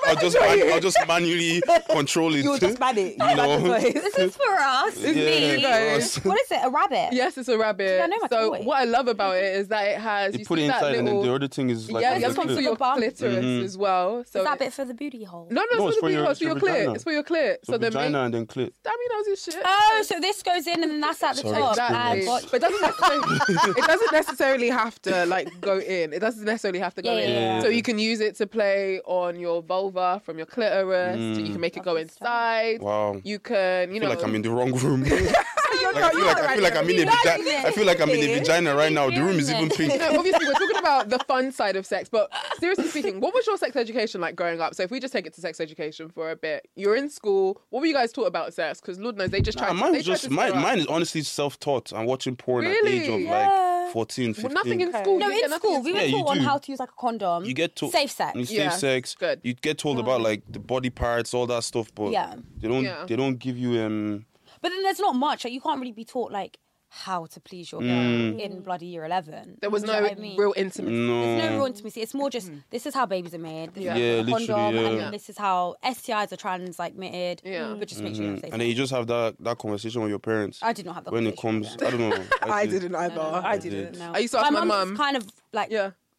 I'll just man- I'll just manually control it. You'll just ban it. You know. this is for us. Yeah, me. for us. What is it? A rabbit? Yes, it's a rabbit. I know my so toy. what I love about it is that it has You you put it see that inside, and then little- the other thing is like. yeah, on that's the one for clip. your clitoris Mhm. as well. So is that bit for the booty hole? no, no, it's for the your- people. It's for your clit. vagina. It's for your clit. It's So your then, vagina make- and then clit. Dabby knows his shit. Oh, so this goes in and then that's at the Sorry, top. that I is- got you. But it doesn't necessarily, it doesn't necessarily have to like go in. It doesn't necessarily have to go Yeah, in. yeah, yeah. So you can use it to play on your vulva from your clitoris. So you Mm. can make it go inside. Wow. You can, you I feel know, like I'm in the wrong room. Like, I feel like I feel like I'm in a You're vagina. I feel like I'm in a vagina right now. The room is even pink. No, obviously we're talking about the fun side of sex, but seriously speaking, what was your sex education like growing up? So if we just take it to sex education for a bit, you're in school. What were you guys taught about sex? Because Lord knows they just tried. Nah, to- Ah, mine they was tried just to mine, screw up. mine is honestly self-taught. I'm watching porn at the age Really? of like 14, 15. Well, nothing in school. No, you get in nothing school we were Yeah, you taught on do. how to use like a condom. you get told safe sex. You safe sex. Good. You get told about like the body parts, all that stuff, but Yeah. they don't Yeah. they don't give you um But then there's not much. Like you can't really be taught like how to please your girl Mm. in bloody year eleven. There was Do you know no what I mean? real intimacy. no. There's no real intimacy. It's more just this is how babies are made. This Yeah. is Yeah, the literally, condom, and yeah. then this is how STIs are trans transmitted. Yeah. but just make sure you have Mhm. safe And then you just have that that conversation with your parents. I did not have that When it comes, conversation I don't know. I didn't either. I didn't. No. I used to ask my mum's mum. kind of like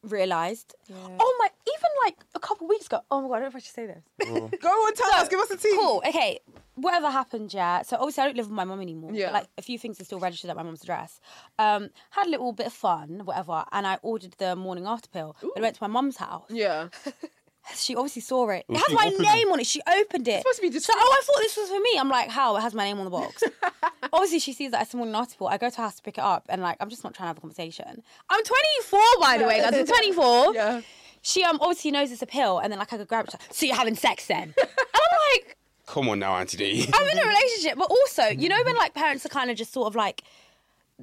realized. Oh my! Even like a couple weeks ago. Oh my god! I don't know if I should say this. Go on, tell us. Give us a tea. Cool. Okay. Whatever happened, yeah. So obviously I don't live with my mum anymore. Yeah. But, like a few things are still registered at my mum's address. Um, had a little bit of fun, whatever, and I ordered the morning after pill. But I went to my mum's house. Yeah. She obviously saw it. Oh, it has she my opened name on it. She opened it. supposed to be so, oh, I thought this was for me. I'm like, how? It has my name on the box. obviously, she sees that it's a morning article. I go to her house to pick it up, and like, I'm just not trying to have a conversation. I'm 24, by the way, guys. I'm 24. Yeah. She um obviously knows it's a pill, and then like I could grab it. she's like, So you're having sex then? And I'm like, Come on now, Auntie Dee. I'm in a relationship, but also, you know, when like parents are kind of just sort of like,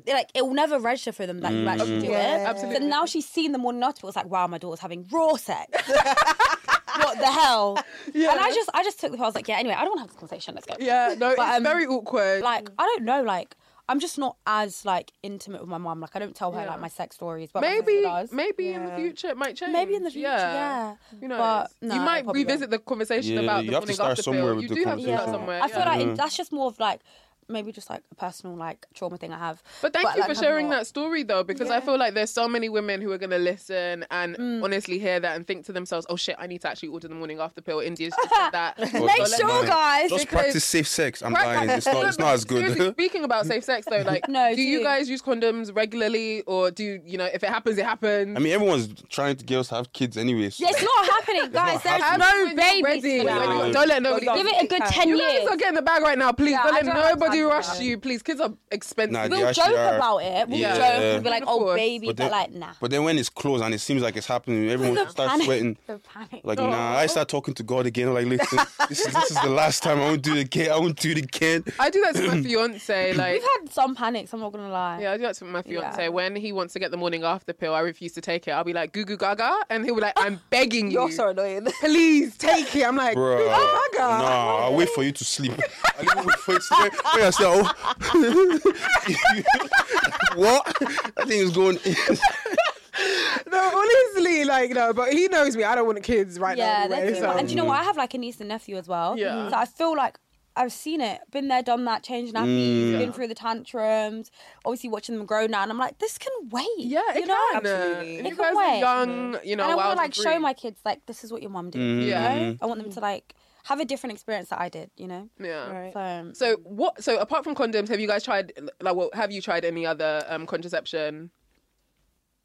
they're like it will never register for them that you actually do Mm. Yeah, it. absolutely. But now she's seen the morning article. It's like, wow, my daughter's having raw sex. what the hell? And I just, I just took the. pill. I was like, yeah. Anyway, I don't want to have this conversation. Let's go. Yeah, no, But, it's um, very awkward. Like, I don't know. Like, I'm just not as like intimate with my mom. Like, I don't tell her Yeah. like my sex stories. But my sister maybe, does. maybe in the future it might change. Maybe in the future, yeah. You know, But, no, you I might probably revisit the conversation Yeah, about you the have to morning start after somewhere pill. with You the do have to start conversation. somewhere. I feel yeah. like it- that's just more of like maybe just like a personal like trauma thing I have. But thank you like, for having sharing a- that story though, because I Yeah. Mm. feel like there's so many women who are going to listen and honestly hear that and think to themselves, oh shit, I need to actually order the morning after pill. India's just said that. God, just lying. Just practice safe sex. I'm lying. It's not, it's not as Seriously, good. speaking about safe sex though, like, do, you guys use condoms regularly or do, you- you know, if it happens, it happens? I mean, everyone's trying to girls have kids anyway. So. Yeah, it's not happening, guys. There's happening. no When you're babies. ready. for that. When you're- Don't let nobody. Give it a good ten you years. You guys are getting the bag right now, please. Yeah, I don't don't have let nobody time for rush that. you, please. Kids are expensive. Nah, they We'll actually joke are. about it. We'll Yeah. joke. We'll be like, "Oh, course. baby," but, like, nah. But then when it's closed and it seems like it's happening, everyone The starts panic. sweating. The panic. Like, nah, I start talking to God again. Like, listen, this is, this is the last time I won't do it again. I won't do it again. Oh I do that to my fiance. Like We've had some panics. I'm not gonna lie. Yeah, I do that to my fiance. Yeah. When he wants to get the morning after pill, I refuse to take it. I'll be like, goo goo gaga. And he'll be like, I'm begging you. You're so annoying. Please take it. I'm like, Bro, goo Oh goo gaga. nah, I'll wait for you to sleep. I'll even wait for you to sleep. Wait, I said, oh. what? I think it's going. No, honestly, like no, but he knows me. I don't want kids right yeah, now. they Anyway, do. so. and do you know what? I have like a niece and nephew as well. Yeah. So I feel like I've seen it, been there, done that, changed nappies, Mm. been through the tantrums, obviously watching them grow now, and I'm like, this can wait. Yeah, it you know? can. Absolutely. It You can guys are wait. young, you Mm-hmm. And know, I want wild to like and show free. my kids like this is what your mum did. Mm. You Yeah. know? I want them to like have a different experience that I did. You know? Yeah. So, um, So what? So apart from condoms, have you guys tried? Like, well, have you tried any other um, contraception?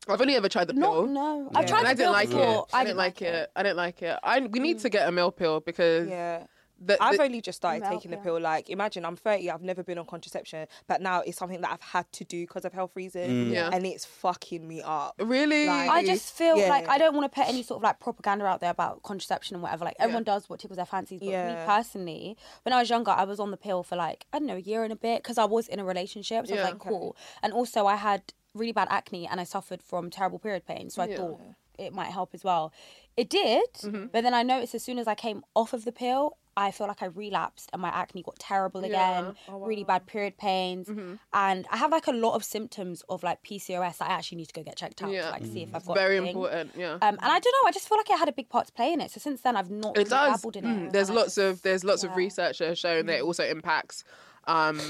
I've only ever tried the pill. No, I've tried And the I didn't pill like it. before. I didn't like it. I didn't like it. I we Mm. need to get a male pill because yeah. The, I've the- only just started taking the pill. Like, imagine I'm 30, I've never been on contraception, but now it's something that I've had to do because of health reasons, Mm. Yeah. and it's fucking me up. Really? I just feel yeah. like I don't want to put any sort of like propaganda out there about contraception and whatever. Like everyone does what tickles their fancies. But Yeah. me personally, when I was younger, I was on the pill for like I don't know a year and a bit because I was in a relationship. So Yeah. I was like, Okay. cool. And also, I had really bad acne and I suffered from terrible period pain. So I Yeah. thought it might help as well. It did, but then I noticed as soon as I came off of the pill. I feel like I relapsed and my acne got terrible Yeah. again, really bad period pains, and I have like a lot of symptoms of like PCOS that I actually need to go get checked out Yeah. to like see if I've It's got very the thing. important, yeah. Um, and I don't know. I just feel like it had a big part to play in it. So since then, I've not really it does. dabbled in it. Mm, There's lots of there's lots of research that has shown Mm-hmm. that it also impacts, um,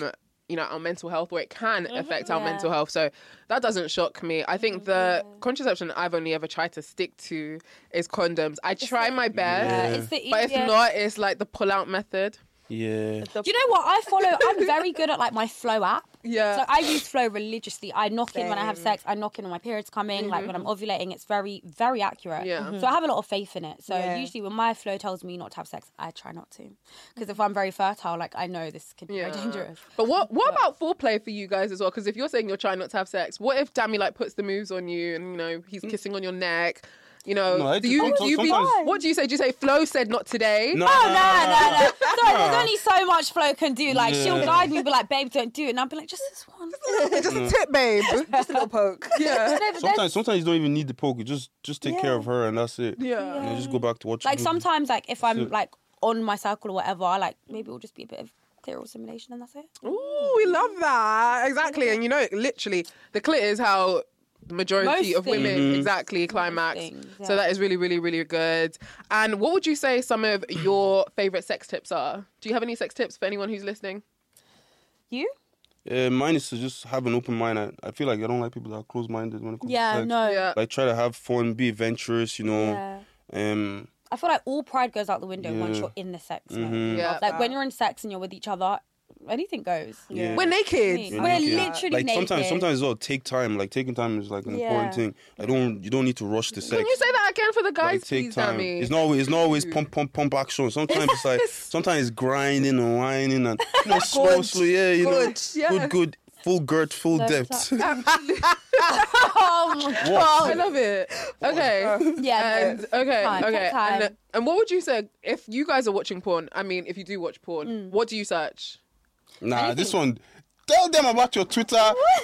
you know, our mental health, or it can Mm-hmm, affect our Yeah. mental health. So that doesn't shock me. I think the Mm-hmm. contraception I've only ever tried to stick to is condoms. I try my best, Yeah, it's the but if easiest. not, it's like the pull out method. You Yeah. know what? I follow. I'm very good at like my Flow app. Yeah. So I use Flow religiously. I knock in when I have sex. I knock in when my period's coming. Like when I'm ovulating, it's very very accurate. Mm-hmm. Yeah. Mhm. So I have a lot of faith in it. So Yeah. usually when my Flow tells me not to have sex, I try not to, because if I'm very fertile, like I know this could be very dangerous. But what what about foreplay for you guys as well? Because if you're saying you're trying not to have sex, what if Dammy like puts the moves on you and you know he's kissing on your neck? You know, Mm. No, I do just- you, do sometimes- you be, sometimes- what do you say? Do you say Flo said not today? No, Oh, no, no, no, no. Sorry, there's only so much Flo can do. Like she'll Yeah. guide me, be like, "Babe, don't do it," and I'll be like, "Just this one, just Mm. tip, babe. just a little poke. Yeah. No, but Sometimes, there's- sometimes you don't even need the poke. You just, just take care of her, and that's it. Yeah. And you just go back to what. you Like do. sometimes, like if I'm Mm. So- like on my cycle or whatever, I like maybe it'll just be a bit of clitoral stimulation and that's it. Ooh, we love that. Exactly. And you know, literally, the clit is how the majority Most of women Mm-hmm. things. exactly climax. yeah. So that is really, really, really good. And what would you say some of your favorite sex tips are? Do you have any sex tips for anyone who's listening? You? Uh, mine is to just have an open mind. I, I feel like I don't like people that are close minded when it comes Yeah, to sex. no. Yeah. Like try to have fun, be adventurous, you know. Um I feel like all pride goes out the window once Yeah. you're in the sex. Mhm. mode. Yeah. Like when you're in sex and you're with each other, anything goes. Yeah. Mm. We're naked. you're We're naked. literally like naked. sometimes sometimes it'll take time. Like taking time is like an Yeah. important thing. I don't you don't need to rush the sex. Can you say that again for the guys, like take please, time. Dami? It's not always, it's not always pump pump pump action. Sometimes it's like sometimes it's grinding and whining and you know, slow slow yeah you Good, know yeah. good good full girth full That's depth. oh What? my god, I love it. Okay, yeah, and, no, okay, time, okay. take time. And, and what would you say if you guys are watching porn? I mean, if you do watch porn, Mm. what do you search? Nah, this one. Tell them about your Twitter,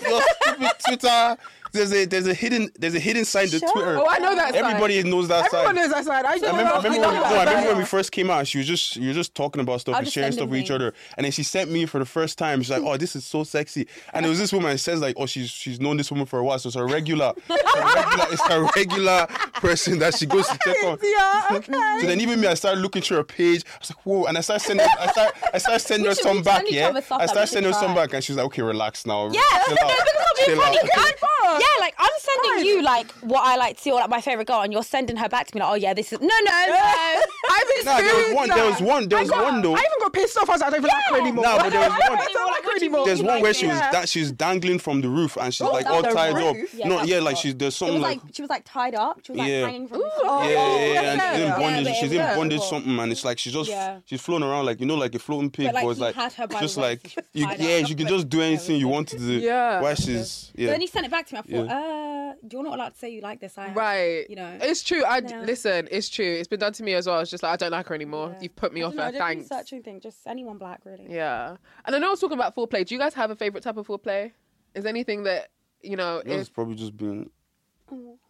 your stupid Twitter, there's a there's a hidden there's a hidden sign to Twitter. Oh, I know that sign. Everybody knows that sign. Everyone knows that side. I, I know remember, I that remember, side. when, no, I remember when we first came out, she was just you were just talking about stuff I'll and just sharing send stuff them with each other. And then she sent me for the first time, she's like, Oh, this is so sexy. And it was this woman that says like, Oh, she's she's known this woman for a while, so it's her regular, it's her regular, it's her regular person that she goes to check on. Yeah, okay. So then even me, I started looking through her page. I was like, whoa, and I started sending I start I started sending We her should- some we back, send each yeah. other stuff I that started we sending her can some try. back and she was like, Okay, relax now. Yeah, chill out, because chill I'll be out." funny. I'm, yeah, like I'm sending you like what I like to see or like my favorite girl, and you're sending her back to me like, oh yeah, this is no, no, no. I've Nah, there was one. There was one. There I was got- one though. I even got pissed off. I was like, I don't even like her anymore. Nah, but there was I don't one- even like her anymore. There's one where she was Yeah. that she's dangling from the roof and she's Oh, like that's all the tied up. roof. Yeah, No, that's yeah, the like roof. she's there's She was something like she was like tied up. She was like Yeah. hanging from. the yeah, top. yeah, yeah, and she's in Yeah, bondage. but it she's was in terrible. bondage something, and it's like she's just Yeah. she's floating around like you know, like a floating pig. But, like, it's he like had her by the just waist like and she you, tied yeah, up. you can just do anything you want to do. Yeah. while she's So yeah. Then he sent it back to me. I thought, Yeah. uh, you're not allowed to say you like this. I am. Right. You know. It's true. I No. listen. It's true. It's been done to me as well. It's just like I don't like her anymore. You've put me I off don't know, I her. didn't Thanks. Research anything. Just anyone black, really. Yeah. And I know I was talking about foreplay. Do you guys have a favorite type of foreplay? Is anything that you know? Yours Is, has probably just been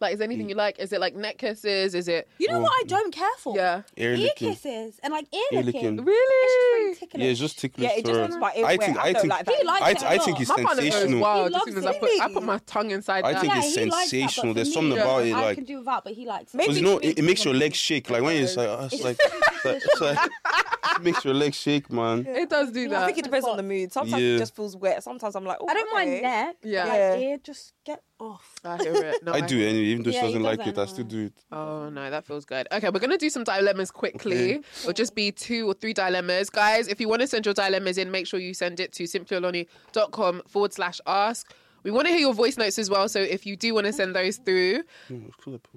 like, is anything you like? Is it like neck kisses? Is it? You know Oh. what I don't care for? Yeah. Ear Ear, licking. kisses and like ear, Ear licking. licking. Really? yeah, it's just ticklish. Yeah, it just for her. sounds like it I where think I I don't think like that. He likes I, it a I think lot. it's My partner goes sensational. wild He as soon as loves I put, I it. put my tongue inside. I that. think yeah, it's he likes that, but sensational. for There's me, something about it, I like- can do without, but he likes. Because you know, it, it makes your legs shake. Like when it's like, oh, it's like, it's like, it makes your legs shake, man. It does do I that. think it depends on the mood. Sometimes Yeah. it just feels wet. Sometimes I'm like, oh, I don't mind neck. Yeah. Yeah. Yeah. Like, ear, just get off. I hear it. No, I do it anyway, even though Yeah, she he doesn't like doesn't, it, I still do it. Oh no, that feels good. Okay, we're gonna do some dilemmas quickly. Okay. It'll just be two or three dilemmas. Guys, if you want to send your dilemmas in, make sure you send it to simplyoloni.com forward slash ask. We want to hear your voice notes as well. So if you do want to send those through,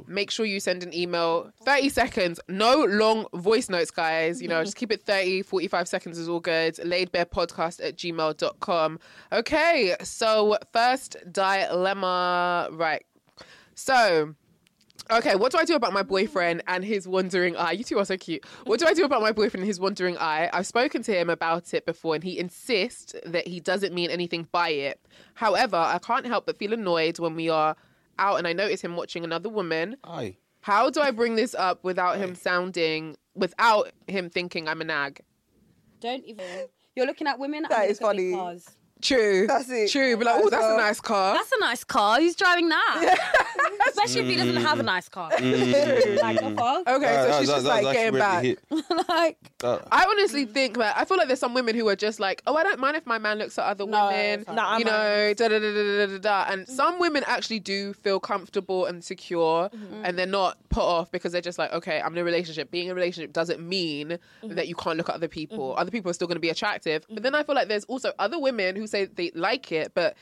make sure you send an email. 30 seconds, no long voice notes, guys. You know, just keep it 30, 45 seconds is all good. Laidbearpodcast at gmail.com. Okay, so first dilemma. Right. So, okay, what do I do about my boyfriend and his wandering eye? You two are so cute. What do I do about my boyfriend and his wandering eye? I've spoken to him about it before and he insists that he doesn't mean anything by it. However, I can't help but feel annoyed when we are out and I notice him watching another woman. Aye. How do I bring this up without him sounding, without him thinking I'm a nag? Don't even. You're looking at women. That is funny. Cars. True. That's it. True. But like, oh, that's a nice car. That's a nice car. Who's driving that? Especially if he doesn't have a nice car. Mm. Like, the fuck? Okay, That- so that- she's that- just that's like getting actually back. where it like, That- I honestly Mm. think that I feel like there's some women who are just like, oh, I don't mind if my man looks at other women, Nah, you I'm know, da da da da da da da. And some women actually do feel comfortable and secure, and they're not put off because they're just like, okay, I'm in a relationship. Being in a relationship doesn't mean that you can't look at other people. Other people are still going to be attractive. But then I feel like there's also other women who say they like it, but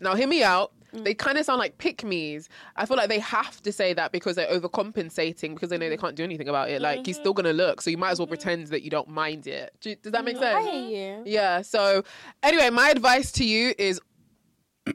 now hear me out. They kind of sound like pick me's. I feel like they have to say that because they're overcompensating because they know they can't do anything about it. Like he's still gonna look, so you might as well pretend that you don't mind it. Do, does that make sense? I hear you. Yeah. So anyway, my advice to you is.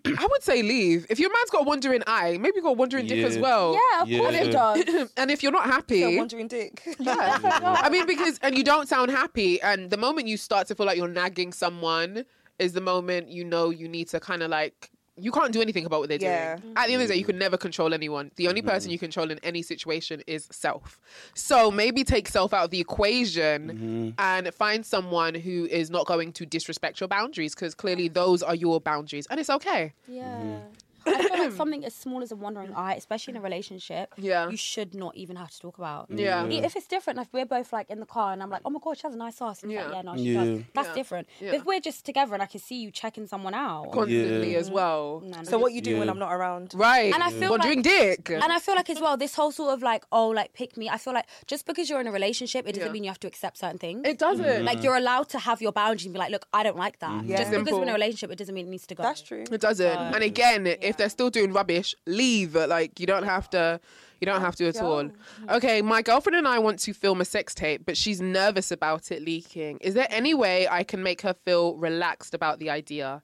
I would say leave. If your man's got a wandering eye, maybe you got a wandering dick as Yeah. well. Yeah, of course he Yeah. does. and if you're not happy, Still wandering dick. yeah. Mm-hmm. I mean, because, and you don't sound happy. And the moment you start to feel like you're nagging someone is the moment you know you need to kind of like, you can't do anything about what they're Yeah. doing. At the end of the day, you can never control anyone. The only person you control in any situation is self. So maybe take self out of the equation and find someone who is not going to disrespect your boundaries because clearly those are your boundaries and it's okay. Yeah. Mm-hmm. I feel like something as small as a wandering eye, especially in a relationship, Yeah. you should not even have to talk about. Yeah. Yeah. If it's different, if we're both like in the car and I'm like, oh my god, she has a nice ass, and yeah. like, yeah, no, she Yeah. does. That's Yeah. different. Yeah. But if we're just together and I can see you checking someone out Constantly as well. So what you do when I'm not around. Mm, Right. And I feel Wandering like, dick. And I feel like as well, this whole sort of like, oh, like pick me. I feel like just because you're in a relationship, it doesn't Yeah. mean you have to accept certain things. It doesn't. Mhm. Mm. Like you're allowed to have your boundaries and be like, look, I don't like that. Mm-hmm. Mhm. Yeah. Just because we're in Simple. a relationship, it doesn't mean it needs to go. That's true. It doesn't. and again, if they're still doing rubbish, leave. Like you don't have to. You don't have to at all. Okay, my girlfriend and I want to film a sex tape, but she's nervous about it leaking. Is there any way I can make her feel relaxed about the idea?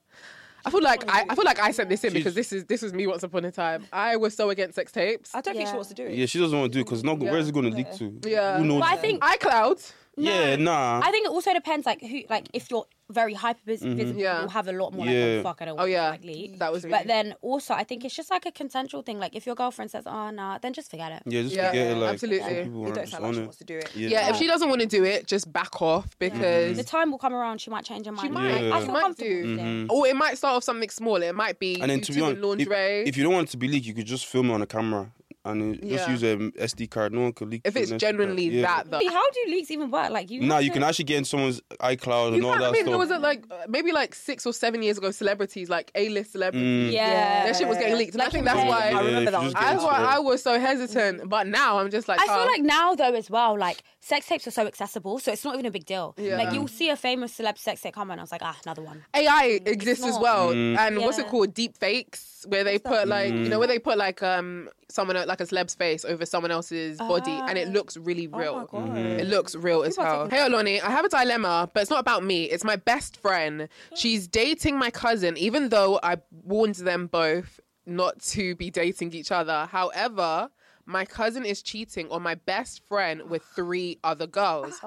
I feel like I, I feel like I sent this in because this is this was me once upon a time. I was so against sex tapes. I don't think she wants to do Yeah, she doesn't want to do it because not. Where's it going to leak to? Yeah. Who knows? iCloud. Yeah, nah. I think it also depends, like who, like if you're very hyper Mhm. visible, Yeah. you'll have a lot more. Yeah. Like, oh, fuck, I don't. Oh, want to, yeah. like, leak. That was But really- then also, I think it's just like a consensual thing. Like if your girlfriend says, "Oh nah," then just forget it. Yeah, just Yeah, forget it, like, absolutely. some people It aren't don't just sound like on she it. wants to do it. Yeah. Yeah, if she doesn't want to do it, just back off because the time will come around. She might change her mind. Mm-hmm. She might. Yeah. She might do. Mhm. Or it might start off something smaller. It might be And then to be honest, if, laundry. if you don't want it to be leaked, you could just film it on a camera and then just Yeah. use an SD card. No one could leak. If it on it's an SD card. genuinely Yeah. that, though. How do leaks even work? Like you. Nah, have you to- can actually get in someone's iCloud and You all know, that I mean, stuff. there was a, like uh, maybe like six or seven years ago, celebrities like A-list celebrities, Mm. Yeah. their shit was getting leaked, and I think that's Yeah, why I remember that one. That's why Yeah. I was so hesitant, but now I'm just like, I oh. feel like now though as well, like sex tapes are so accessible, so it's not even a big deal. Yeah. Like you'll see a famous celeb sex tape come on, I was like, ah, another one. AI exists as not. well, Mm. and what's it Yeah. called? Deep fakes, where they put like you know Mm. where they put like um someone el- like a celeb's face over someone else's body, and Ah. it looks Oh really Oh real. Mm-hmm. Mm. It looks real as hell. Hey Oloni, I have a dilemma, but it's not about me. It's my best friend. She's dating my cousin, even though I warned them both not to be dating each other. However. My cousin is cheating on my best friend with three other girls.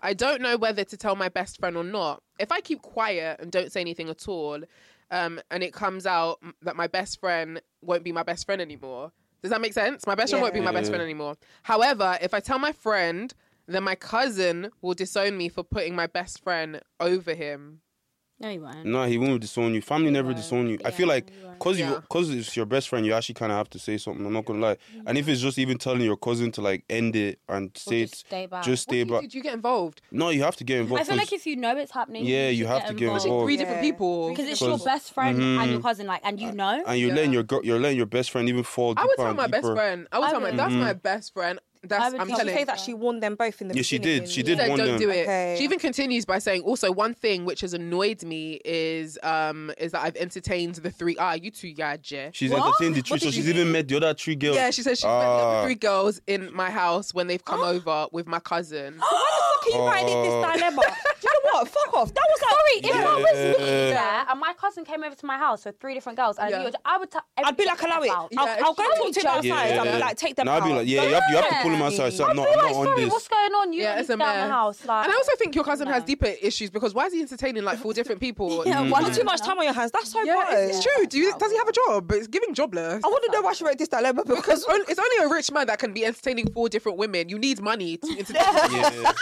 I don't know whether to tell my best friend or not. If I keep quiet and don't say anything at all, um, and it comes out m- that my best friend won't be my best friend anymore, does that make sense? My best friend won't be my best Yeah. friend anymore. However, if I tell my friend, then my cousin will disown me for putting my best friend over him. No, you won't. No, he won't disown you. Family never disown you. I feel like because Yeah. you because it's your best friend, you actually kind of have to say something. I'm not gonna lie. And if it's just even telling your cousin to like end it and say it's just stay back. Did you get involved? No, you have to get involved. I feel 'cause- like if you know it's happening, Yeah, you should have to get involved. Three different people. because it's your Because- best friend and your Mhm. cousin, like, and you know. and you're letting your gir- you're letting your best friend even fall. I would deeper tell and my best deeper. friend. I would tell my would. that's Mhm. my best friend. That's would I'm tell- telling. She say that she warned them both in the Yeah, she did. She did said, warn don't them. do it. Okay. She even continues by saying, also one thing which has annoyed me is um is that I've entertained the three. Ah, you two, yeah, yeah. She's entertained the three, so she's even met the other three girls. Ah, Yeah, she says she's met the other three girls in my house when they've come over with my cousin. Fuck you, right? This Oh. dilemma. Do you know what? Fuck off. That was like, Sorry, if I was me Yeah. there and my cousin came over to my house with three different girls, and Yeah. you would- I would tell. I'd be like, allow it. I'll, I'll go talk to them outside. I'll be like, take them Nah, out. I'd be like, yeah, you have, you have to pull him outside. So I'm not, I'm not on Sorry, this. what's going on? You Yeah, need it's to a get out of mess. my house. Like, And I also think your cousin has deeper issues because why is he entertaining like four different people? Yeah, why not too much time on your hands? That's so Yeah, bad. it's true. Do you, does he have a job? It's giving jobless. I want to know why she wrote this dilemma because Because on- it's only a rich man that can be entertaining four different women. You need money to entertain. Yeah.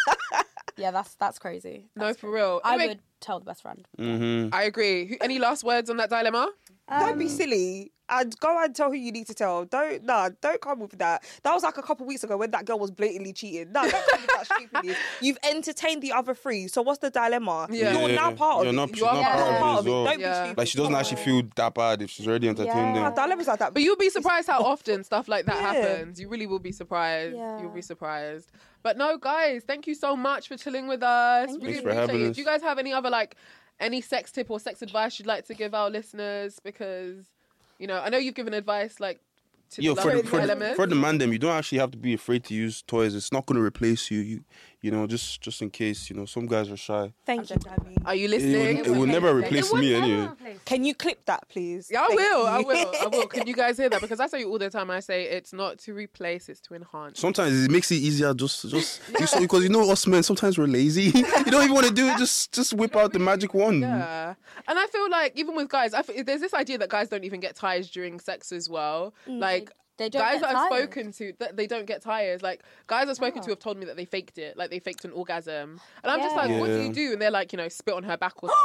yeah, that's that's crazy. no, for real. I Anyway, would tell the best friend. Mm-hmm. I agree. Who- Any last words on that dilemma? don't Um, be silly. And go and tell who you need to tell. Don't nah, don't come with that. That was like a couple weeks ago when that girl was blatantly cheating. Nah, don't come with that stupidness. You've entertained the other three, so what's the dilemma? Yeah. You're now part You're of it. not, she's You are not part, of it. as well. Don't be stupid. Like she doesn't actually feel that bad if she's already entertained Yeah, them. dilemmas like that. But you'll be surprised how often stuff like that Yeah. happens. You really will be surprised. You'll be surprised. But no, guys, thank you so much for chilling with us. really Thanks for appreciate having it. us. Do you guys have any other like any sex tip or sex advice you'd like to give our listeners? Because you know, I know you've given advice like to Yo, the for the, lovers for, the, element. for the man them, you don't actually have to be afraid to use toys. It's not going to replace you. You, you know, just just in case. You know, some guys are shy. Thank you. Are you It listening? will, it will never replace me anyway. Can you clip that, please? Yeah, I Thank will. I you. will. I will. Can you guys hear that? Because I say it all the time. I say it's not to replace, it's to enhance. Sometimes it makes it easier. Just just you so, because you know us men. Sometimes we're lazy. you don't even want to do it. Just just whip out the magic wand. Yeah. And I feel like even with guys, I f- there's this idea that guys don't even get tires during sex as well. Like Mm, they don't guys get that I've tired. Oh. spoken to, that they don't get tires. Like guys I've spoken to have told me that they faked it, like they faked an orgasm. And I'm just Yeah. like, what do Yeah. you do? And they're like, you know, spit on her back or.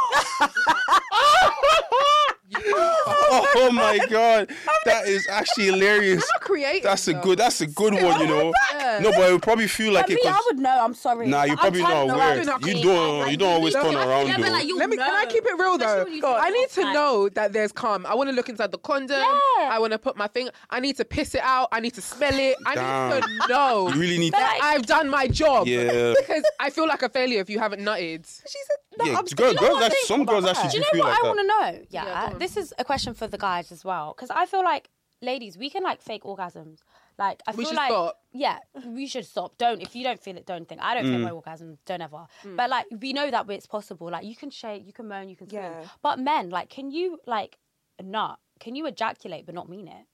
Oh my god, that is actually hilarious. How creative, That's a though. good. That's a good Sit one. on You her know. back. No, but it would probably feel like But it. me, I Cause, would know. I'm sorry. nah, you're I'm probably not turning around. aware. You don't. You don't always turn around. Yeah, but, like, though. you Let me. Can I keep it real though? God, I need to know that there's cum. I want to look inside the condom. I want to put my finger. I need to piss it out. I need to smell it. I need Damn. to know. You really need that to- I've done my job. Yeah. Because I feel like a failure if you haven't nutted. She said, no, Yeah, I'm- girl- you know girls what I actually- think some about girls that? actually Do you do know feel what like I that. want to know? Yeah, this is a question for the guys as well, because I feel like ladies, we can like fake orgasms. Like I We feel should like stop. yeah, we should stop. Don't if you don't feel it, don't think. I don't feel Mm. my orgasms. Don't ever. Mm. But like we know that it's possible. Like you can shake, you can moan, you can scream. Yeah. But men, like, can you like not? Can you ejaculate but not mean it?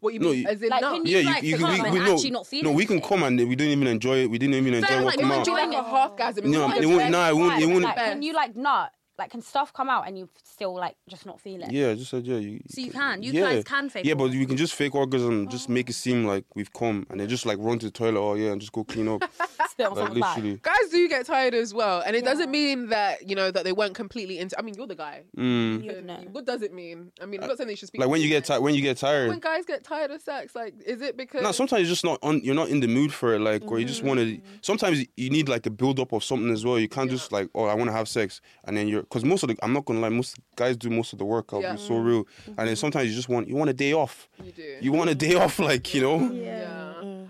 What you No, mean? you- As in, Like, no. when you, like, can- come and no, actually not feel no, we can come and we didn't even enjoy it. We didn't even enjoy Fair, what like, come you're out. enjoying Like a half gasm. No, It's they not won't- the nah, it best won't- it vibe. won't- Like, can you like not? Like, can stuff come out and you still like just not feel it? Yeah, I just said yeah. You, So you can. You yeah. guys can fake Yeah, but orgasm. we can just fake orgasm, just make it seem like we've come, and then just like run to the toilet. Oh yeah, and just go clean up. Spit like literally. Guys do get tired as well, and it doesn't mean that you know that they weren't completely into. I mean, you're the guy. Mm. Uh, You know. What does it mean? I mean, I'm not saying they should speak. Like when to you get tired, when you get tired. When guys get tired of sex, like, is it because? No, sometimes you're just not on. You're not in the mood for it, like, or you just want to. Mm-hmm. Sometimes you need like a build up of something as well. You can't just like, oh, I want to have sex, and then you're because most of the. I'm not gonna lie, most guys do most of the work. I'll Yeah. be so real, Mm-hmm. and then sometimes you just want you want a day off. You do. You want a day off, like you know. Yeah.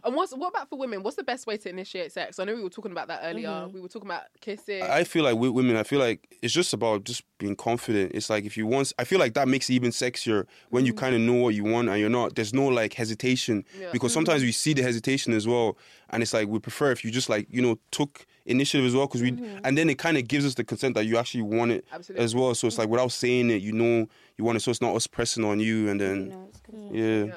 And what's what about for women? What's the best way to initiate sex? I know we were talking about that earlier. We were talking about kissing. I I feel like with women, I feel like it's just about just being confident. It's like if you want, I feel like that makes it even sexier when you kind of know what you want and you're not. There's no like hesitation Mm-hmm. Yeah. because Mhm. sometimes we see the hesitation as well, and it's like we prefer if you just like you know took initiative as well because we Mm-hmm. and then it kind of gives us the consent that you actually want it as well. So Mm-hmm. it's like without saying it, you know you want it, so it's not us pressing on you and then yeah.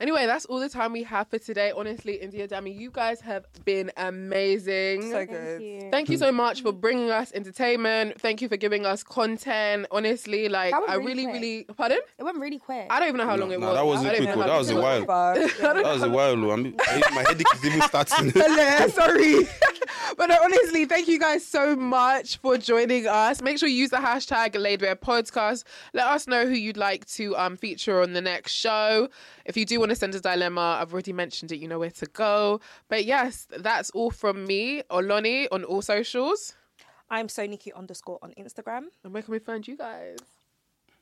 Anyway, that's all the time we have for today. Honestly, India Dami, you guys have been amazing. So good. Thank you, so much for bringing us entertainment. Thank you for giving us content. Honestly, like That was I really really, quick. really pardon. It went really quick. I don't even know how long it Nah, was. that I wasn't don't quick. even though. know That how was a long it while. That was a while. though. I'm, I- my headache is even starting. Yeah, sorry. but uh, no, honestly, thank you guys so much for joining us. Make sure you use the hashtag LaidBearPodcast. Podcast. Let us know who you'd like to um, feature on the next show. If you do want to send a dilemma, I've already mentioned it. You know where to go. But yes, that's all from me, Oloni, on all socials. I'm so Nikki underscore on Instagram. And where can we find you guys?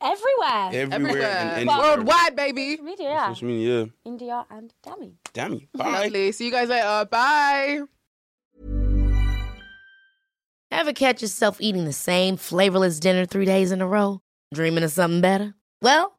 Everywhere. Everywhere and anywhere. Worldwide, baby. Media, yeah. Social media, yeah. India and Dami. Damn you. Lovely. See you guys later. Bye. Ever catch yourself eating the same flavorless dinner three days in a row? Dreaming of something better? Well,